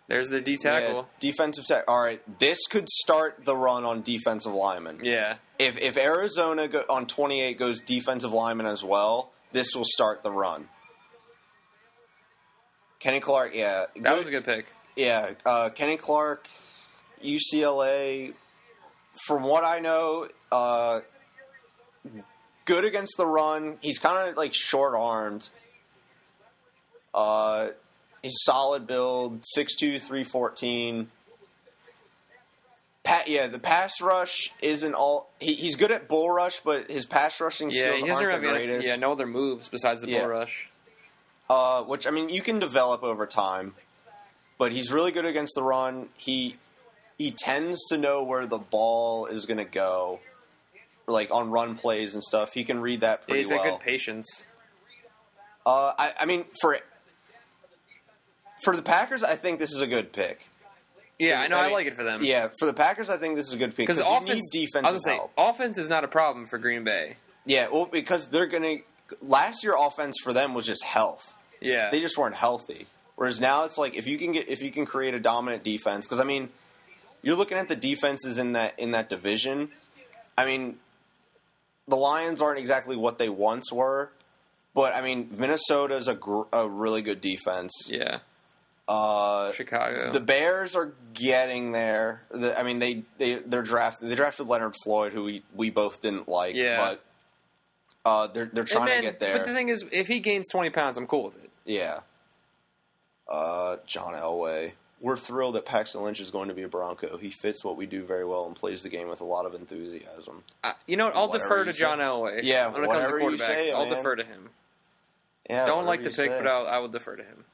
B: There's the D tackle.
A: Yeah, defensive tack. All right. This could start the run on defensive linemen.
B: Yeah.
A: If if Arizona go, on 28 goes defensive lineman as well, this will start the run. Kenny Clark, yeah.
B: that was a good pick.
A: Yeah, uh, Kenny Clark, UCLA. From what I know, uh, good against the run. He's kind of like short armed. Uh, he's solid build, 6'2", 314. Pat, yeah, the pass rush isn't all. He, he's good at bull rush, but his pass rushing
B: Yeah,
A: skills
B: he
A: aren't
B: doesn't
A: the
B: have any,
A: greatest.
B: yeah no other moves besides the
A: Yeah.
B: bull rush.
A: Uh, which I mean, you can develop over time, but he's really good against the run. He he tends to know where the ball is going to go, like on run plays and stuff. He can read that
B: Yeah,
A: pretty
B: he's
A: well.
B: got good patience.
A: Uh, I, I mean, for for the Packers, I think this is a good pick.
B: Yeah, I know.
A: I
B: I,
A: mean,
B: like it for them.
A: Yeah, for the Packers, I think this is a good pick
B: because
A: because
B: offense,
A: you need
B: I was
A: defensive
B: gonna say,
A: help.
B: offense is not a problem for Green Bay.
A: Yeah, well, because they're going to. Last year, offense for them was just health.
B: Yeah,
A: they just weren't healthy. Whereas now it's like if you can get if you can create a dominant defense because I mean you're looking at the defenses in that in that division. I mean the Lions aren't exactly what they once were, but I mean Minnesota's a gr- a really good defense.
B: yeah.
A: Uh,
B: Chicago.
A: the Bears are getting there. The, I mean, they they they're draft they drafted Leonard Floyd, who we, we both didn't like.
B: Yeah.
A: But uh, they're they're
B: Hey,
A: trying
B: man,
A: to get there.
B: But the thing is, if he gains twenty pounds, I'm cool with it.
A: yeah. Uh, John Elway. We're thrilled that Paxton Lynch is going to be a Bronco. He fits what we do very well and plays the game with a lot of enthusiasm.
B: Uh, you know what? I'll
A: Whatever
B: defer
A: you
B: to
A: say.
B: John Elway.
A: Yeah,
B: when it comes to
A: whatever you
B: quarterbacks,
A: say,
B: I'll
A: man.
B: defer to him.
A: Yeah,
B: Don't
A: whatever
B: like the
A: you
B: pick,
A: say.
B: but I'll, I will defer to him.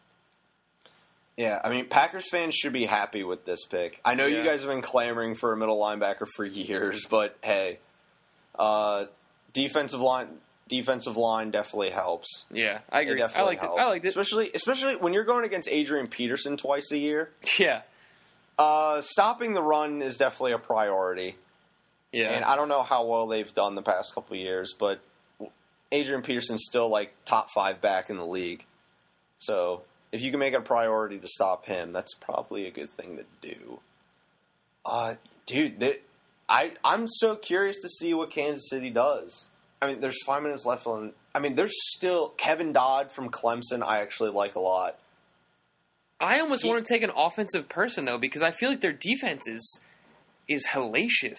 A: Yeah, I mean, Packers fans should be happy with this pick. I know you
B: Yeah.
A: guys have been clamoring for a middle linebacker for years, but hey, uh, defensive line, defensive line definitely helps.
B: Yeah, I
A: It
B: agree.
A: definitely
B: I liked
A: helps.
B: it. I liked it.
A: especially especially when you're going against Adrian Peterson twice a year.
B: Yeah,
A: Uh, stopping the run is definitely a priority,
B: yeah.
A: and I don't know how well they've done the past couple of years, but Adrian Peterson's still like top five back in the league. So if you can make it a priority to stop him, that's probably a good thing to do. Uh, dude, they, I I'm so curious to see what Kansas City does. I mean, there's five minutes left on. I mean, there's still Kevin Dodd from Clemson. I actually like a lot.
B: I almost
A: He-
B: want to take an offensive person though, because I feel like their defense is is hellacious.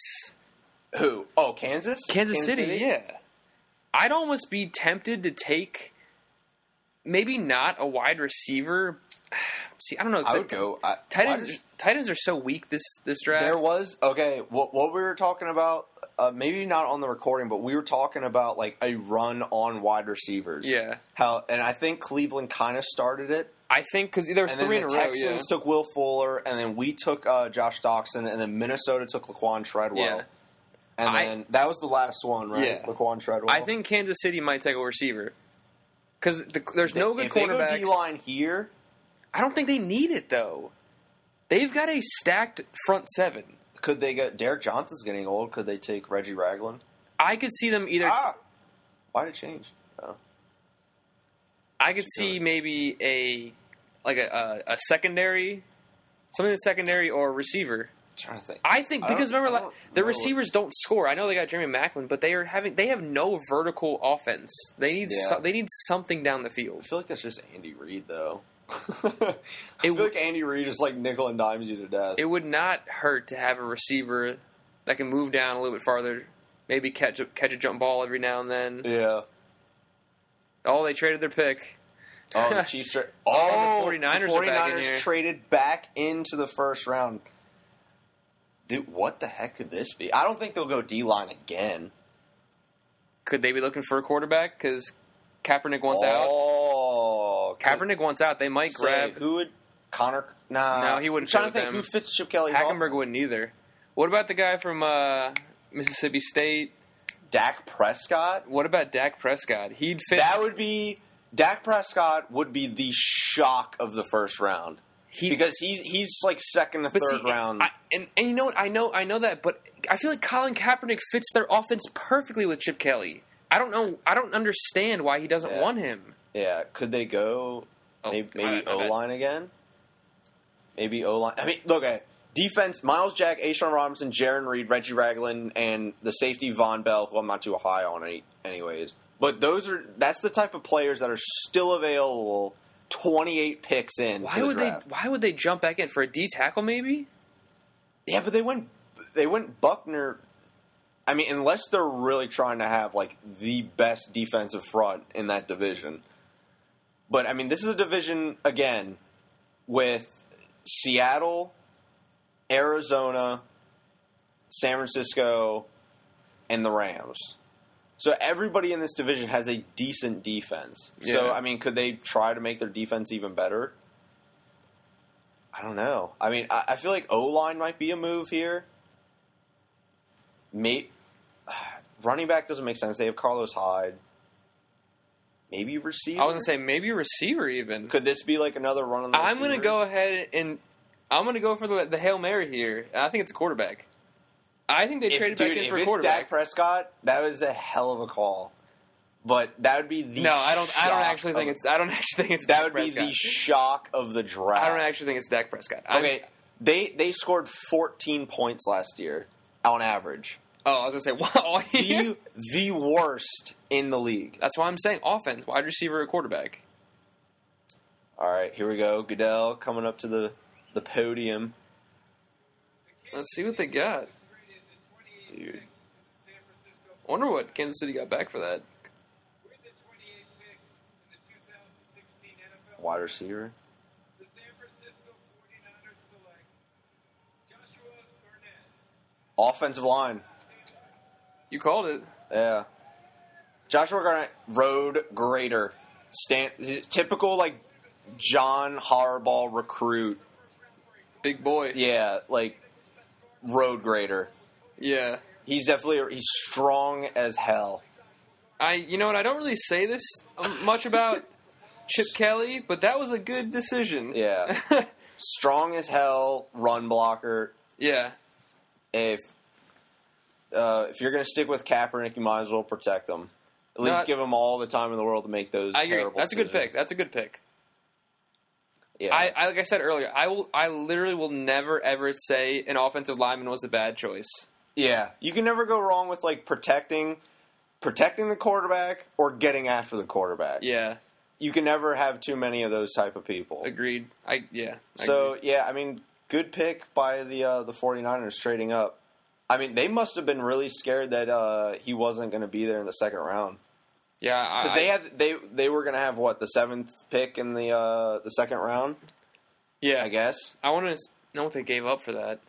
A: Who? Oh, Kansas.
B: Kansas, City, yeah. I'd almost be tempted to take maybe not a wide receiver. See, I don't know. 'cause
A: I
B: the
A: would go. I,
B: Titans.
A: why does-
B: Titans are so weak this this draft.
A: There was okay. What what we were talking about? Uh, maybe not on the recording, but we were talking about like a run on wide receivers.
B: yeah,
A: How and I think Cleveland kind of started it,
B: I think because there was
A: and then
B: three
A: the
B: in a row.
A: Texans
B: Yeah.
A: took Will Fuller, and then we took uh, Josh Doxson, and then Minnesota took Laquan Treadwell.
B: Yeah.
A: And
B: I-
A: then that was the last one, right?
B: Yeah.
A: Laquan Treadwell.
B: I think Kansas City might take a receiver because the, there's no good
A: if they go
B: cornerbacks.
A: D line here,
B: I don't think they need it though. They've got a stacked front seven.
A: could they get Derek Johnson's getting old? Could they take Reggie Ragland?
B: I could see them either.
A: Ah, why did it change? Oh.
B: I could
A: do
B: see maybe a like a, a, a secondary, something in the secondary or a receiver.
A: trying to think.
B: I think
A: I
B: because
A: don't-
B: remember
A: I
B: like,
A: don't
B: the
A: know.
B: receivers don't score. I know they got Jeremy Macklin, but they are having they have no vertical offense. They need
A: Yeah.
B: so, they need something down the
A: I
B: field.
A: feel like that's just Andy Reid, though. I feel
B: w-
A: like Andy Reid is like nickel and dimes you to death.
B: It would not hurt to have a receiver that can move down a little bit farther, maybe catch a, catch a jump ball every now and then.
A: yeah.
B: Oh, they traded their pick.
A: Oh, the Chiefs. Tra- oh, the
B: 49ers
A: 49ers,
B: are back in here.
A: traded back into the first round. Dude, what the heck could this be? I don't think they'll go D line again.
B: Could they be looking for a quarterback? Because Kaepernick wants out.
A: oh, could-
B: Kaepernick wants out. They might
A: say,
B: grab.
A: who would Connor? Nah,
B: No, he wouldn't
A: I'm trying to
B: fit
A: think
B: with
A: who fits Chip Kelly's
B: Hackenberg
A: offense.
B: wouldn't either. What about the guy from uh, Mississippi State?
A: Dak Prescott.
B: What about Dak Prescott? He'd fit.
A: That would be Dak Prescott. Would be the shock of the first round.
B: he,
A: because he's he's like second to
B: but
A: third
B: see,
A: round.
B: I, and, and you know what? I know I know that, but I feel like Colin Kaepernick fits their offense perfectly with Chip Kelly. I don't know. I don't understand why he doesn't
A: Yeah.
B: want him.
A: yeah, could they go
B: Oh,
A: maybe,
B: my
A: maybe
B: bad, my
A: O
B: bad.
A: line again? Maybe O line. I mean, look at defense: Miles Jack, Ashawn Robinson, Jaron Reed, Reggie Ragland, and the safety Von Bell. Who I'm not too high on, any, anyways. But those are that's the type of players that are still available. 28 picks in. to
B: Why
A: the
B: would
A: draft.
B: they? Why would they jump back in for a D tackle? Maybe.
A: Yeah, but they went they went Buckner. I mean, unless they're really trying to have like the best defensive front in that division. But I mean, this is a division again with Seattle, Arizona, San Francisco, and the Rams. So everybody in this division has a decent defense. So
B: Yeah.
A: I mean, could they try to make their defense even better? I don't know. I mean, I, I feel like O line might be a move here. May, running back doesn't make sense. They have Carlos Hyde. Maybe receiver.
B: I was gonna say maybe receiver even.
A: Could this be like another run on the?
B: I'm gonna
A: receivers?
B: go ahead and I'm gonna go for the the hail mary here. I think it's a quarterback. I think they
A: If,
B: traded
A: dude,
B: back in
A: if
B: for a
A: it's Dak
B: quarterback.
A: Prescott, that was a hell of a call. But that would be the
B: No, I don't. I don't
A: shock
B: actually think
A: of-
B: it's. I don't actually think it's.
A: that
B: Dak
A: would
B: Prescott.
A: be the shock of the draft.
B: I don't actually think it's Dak Prescott. I'm-
A: Okay, they they scored 14 points last year on average.
B: Oh, I was gonna say wow.
A: The the worst in the league.
B: That's why I'm saying offense, wide receiver, or quarterback.
A: All right, here we go. Goodell coming up to the, the podium.
B: Let's see what they got.
A: Dude,
B: Wonder what Kansas City got back for that.
A: wide receiver. Offensive line.
B: You called it.
A: Yeah. Joshua Garnett, road grader. Stan, typical, like, John Harbaugh recruit.
B: Big boy.
A: Yeah, like, road grader.
B: Yeah.
A: He's definitely, he's strong as hell.
B: I you know what I don't really say this um, much about Chip Kelly, but that was a good decision.
A: Yeah. strong as hell, run blocker.
B: yeah.
A: If, uh, if you're going to stick with Kaepernick, you might as well protect him. At least
B: Not-
A: give him all the time in the world to make those
B: I agree.
A: terrible
B: That's a good pick.
A: decisions.
B: That's a good pick.
A: yeah.
B: I, I like I said earlier, I will I literally will never ever say an offensive lineman was a bad choice.
A: Yeah, you can never go wrong with like protecting protecting the quarterback or getting after the quarterback.
B: Yeah.
A: You can never have too many of those type of people.
B: Agreed. I yeah. I
A: So,
B: agree.
A: yeah, I mean, good pick by the uh, the 49ers trading up. I mean, they must have been really scared that uh, he wasn't going to be there in the second round
B: yeah, I,
A: because they had they they were going to have what the seventh pick in the uh, the second round,
B: yeah.
A: I guess.
B: I want to know what they gave up for that.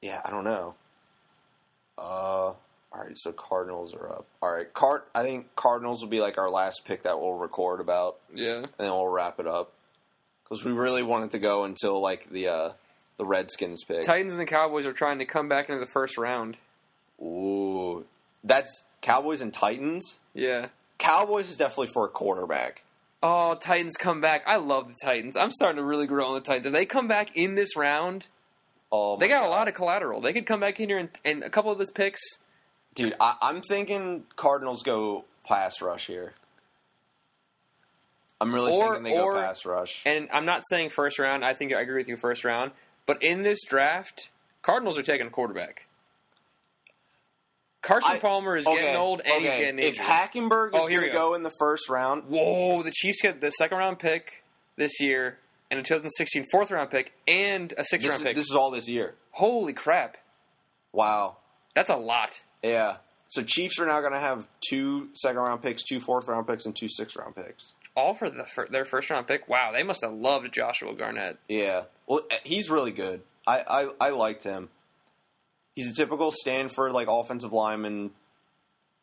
A: Yeah, I don't know. Uh, all right, so Cardinals are up. All right, Card. I think Cardinals will be like our last pick that we'll record about,
B: Yeah.
A: and then we'll wrap it up because we really wanted to go until like the uh, the Redskins pick.
B: Titans and the Cowboys are trying to come back into the first round.
A: Ooh, that's Cowboys and Titans.
B: Yeah.
A: Cowboys is definitely for a quarterback.
B: Oh, Titans come back. I love the Titans. I'm starting to really grow on the Titans. If they come back in this round,
A: Oh,
B: they
A: my
B: got a
A: God.
B: lot of collateral. They could come back in here and, and a couple of those picks.
A: dude. I, I'm thinking Cardinals go pass rush here. I'm really
B: Or-
A: thinking they go
B: or-
A: pass rush.
B: And I'm not saying first round. I think I agree with you first round. But in this draft, Cardinals are taking a quarterback. Carson
A: I-
B: Palmer is getting old and he's
A: okay.
B: getting
A: If
B: injured.
A: Hackenberg is
B: Oh, here
A: going to
B: we go.
A: go in the first round,
B: Whoa, the Chiefs get the second round pick this year and a 2016 fourth round pick and a sixth
A: this
B: round
A: is,
B: pick.
A: this is all this year.
B: Holy crap.
A: Wow.
B: That's a lot.
A: Yeah. So Chiefs are now going to have two second round picks, two fourth round picks, and two sixth round picks.
B: All for the fir- their first round pick. Wow, they must have loved Joshua Garnett.
A: Yeah. Well, eh, he's really good. I, I, I liked him. He's a typical Stanford like offensive lineman,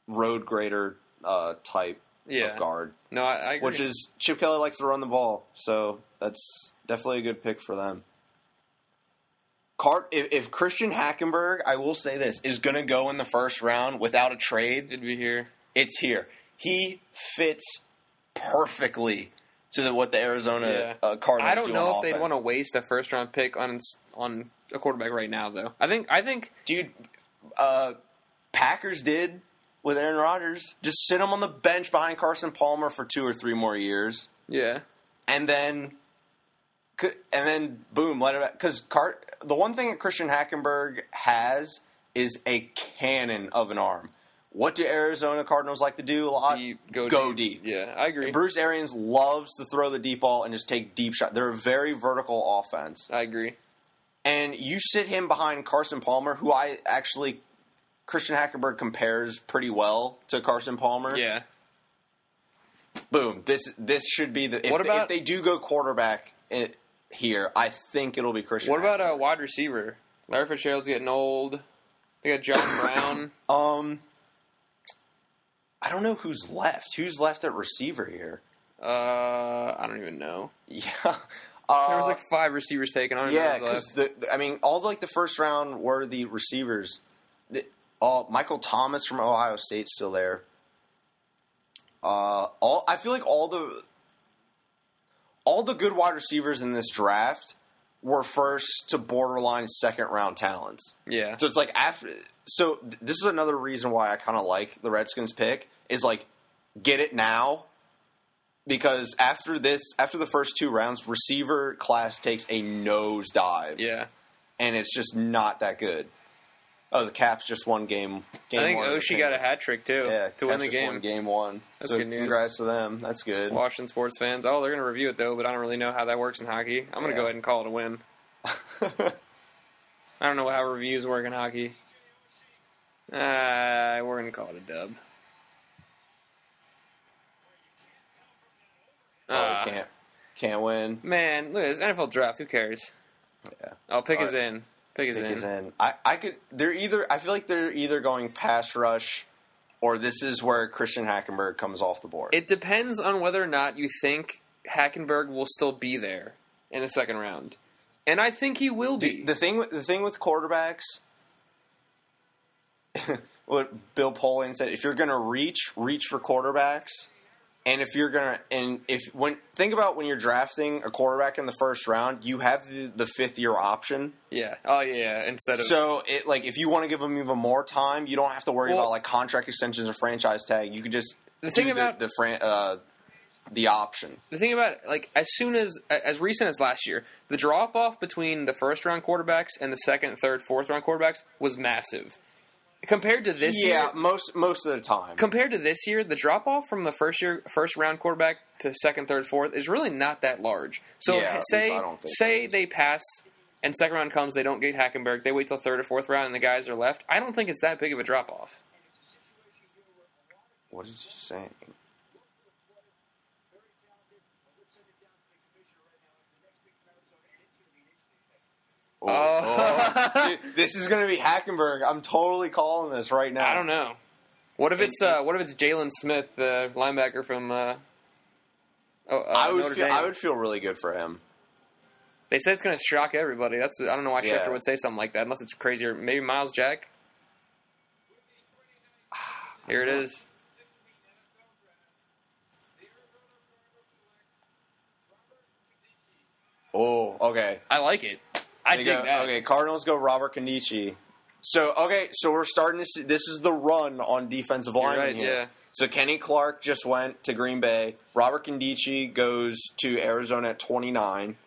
A: road grader uh, type
B: Yeah.
A: of guard,
B: No, I, I agree.
A: which is Chip Kelly likes to run the ball, so that's definitely a good pick for them. Cart, if, if Christian Hackenberg, I will say this, is going to go in the first round without a trade,
B: did we hear?
A: it's here. He fits perfectly to the, what the Arizona
B: Yeah.
A: uh, Cardinals.
B: I don't
A: do
B: know
A: on
B: if they'd
A: offense.
B: want to waste a first round pick on on a quarterback right now, though. I think I think
A: dude. Uh, Packers did with Aaron Rodgers. Just sit him on the bench behind Carson Palmer for two or three more years,
B: yeah
A: and then, c- and then boom, let it. Because Car- the one thing that Christian Hackenberg has is a cannon of an arm. What do Arizona Cardinals like to do a lot?
B: deep, go,
A: Uh, go deep.
B: Yeah, I agree.
A: Bruce Arians loves to throw the deep ball and just take deep shot. They're a very vertical offense
B: I agree.
A: and you sit him behind Carson Palmer, who I actually Christian Hackenberg compares pretty well to Carson Palmer.
B: Yeah,
A: Boom. This this should be the if,
B: What
A: they-
B: about-
A: if they do go quarterback it, here, I think it'll be Christian.
B: What about a wide receiver? Larry Fitzgerald's getting old. They got John Brown.
A: Hackenberg. um I don't know who's left. Who's left at receiver here?
B: Uh, I don't even know.
A: Yeah. Uh,
B: There was like five receivers taken. I don't
A: yeah,
B: know.
A: because the I mean all like the first round were the receivers. The, all Michael Thomas from Ohio State's still there. Uh, all I feel like all the all the good wide receivers in this draft were first to borderline second round talents.
B: yeah,
A: So it's like after. So th- this is another reason why I kind of like the Redskins pick is like get it now because after this, after the first two rounds, receiver class takes a nosedive
B: yeah.
A: and it's just not that good. Oh, the Caps just won game. game
B: I think
A: one of the
B: Oshie got a
A: Penguins.
B: hat trick too
A: Yeah,
B: to win
A: Caps
B: the
A: just won
B: game.
A: game one.
B: That's
A: so
B: good news.
A: Congrats to them. That's good.
B: Washington sports fans. Oh, they're going to review it though, but I don't really know how that works in hockey. I'm going to
A: Yeah.
B: go ahead and call it a win. I don't know how reviews work in hockey. Uh, we're going to call it a dub.
A: oh,
B: Ah,
A: can't can't win.
B: man, look at this NFL draft. Who cares?
A: Yeah.
B: Oh, pick
A: All
B: is
A: right.
B: in. Pick is
A: Pick
B: in.
A: is in. I, I could. They're either. I feel like they're either going pass rush, or this is where Christian Hackenberg comes off the board.
B: It depends on whether or not you think Hackenberg will still be there in the second round, and I think he will be.
A: the, the thing. with- The thing with quarterbacks. what Bill Polian said: If you're going to reach, reach for quarterbacks. And if you're gonna, and if when think about when you're drafting a quarterback in the first round, you have the, the fifth year option.
B: yeah. Oh yeah. Instead of
A: So, it, like, if you want to give them even more time, you don't have to worry
B: Well-
A: about like contract extensions or franchise tag. You could just
B: The
A: do
B: thing about-
A: the the, fran- uh, the option.
B: the thing about like as soon as as recent as last year, the drop off between the first round quarterbacks and the second, third, fourth round quarterbacks was massive. Compared to this
A: yeah,
B: year,
A: most most of the time.
B: compared to this year, the drop off from the first year first round quarterback to second, third, fourth is really not that large. So
A: Yeah, at least
B: say
A: I don't think
B: say they pass and second round comes, they don't get Hackenberg, they wait till third or fourth round and the guys are left. I don't think it's that big of a drop off.
A: what is he saying? Oh,
B: Oh.
A: oh. Dude, this is going to be Hackenberg. I'm totally calling this right now.
B: I don't know. What if it's uh, what if it's Jalen Smith, the linebacker from uh, oh, uh,
A: I would
B: Notre
A: feel,
B: Dame?
A: I would feel really good for him.
B: They said it's going to shock everybody. That's I don't know why
A: Yeah.
B: Schefter would say something like that, unless it's crazier. Maybe Miles Jack. Here
A: Uh-huh.
B: it is.
A: Oh, okay.
B: I like it. I
A: They
B: dig
A: go-
B: that.
A: Okay, Cardinals go Robert Konichi. So okay, so we're starting to see this is the run on defensive
B: You're
A: line
B: right,
A: here.
B: yeah.
A: So Kenny Clark just went to Green Bay. Robert Condici goes to Arizona at 29.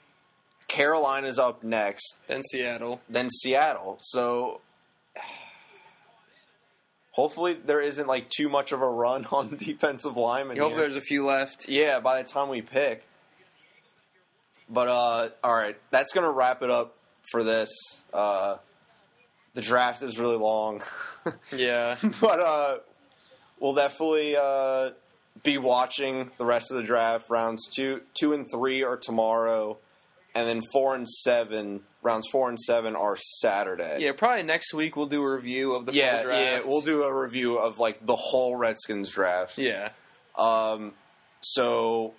A: Carolina's up next,
B: Then Seattle.
A: then Seattle. So hopefully there isn't like too much of a run on defensive linemen.
B: Hopefully,
A: here.
B: there's a few left.
A: Yeah, by the time we pick. But uh all right, that's gonna wrap it up for this. Uh the draft is really long.
B: Yeah.
A: but uh we'll definitely uh be watching the rest of the draft. Rounds two two and three are tomorrow and then four and seven rounds four and seven are Saturday.
B: Yeah. Probably next week we'll do a review of the full
A: Yeah, yeah,
B: draft.
A: we'll do a review of like the whole Redskins draft.
B: Yeah.
A: Um, so,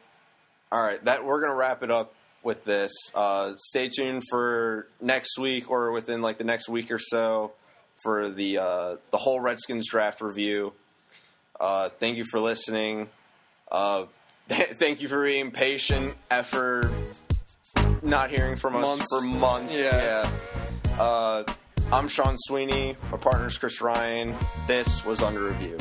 A: all right, that we're gonna wrap it up with this. Uh, stay tuned for next week or within like the next week or so for the uh, the whole Redskins draft review. Uh, thank you for listening. Uh, thank you for being patient after not hearing from us
B: Months.
A: for months.
B: Yeah.
A: yeah. Uh, I'm Sean Sweeney. My partner is Chris Ryan. This was Under Review.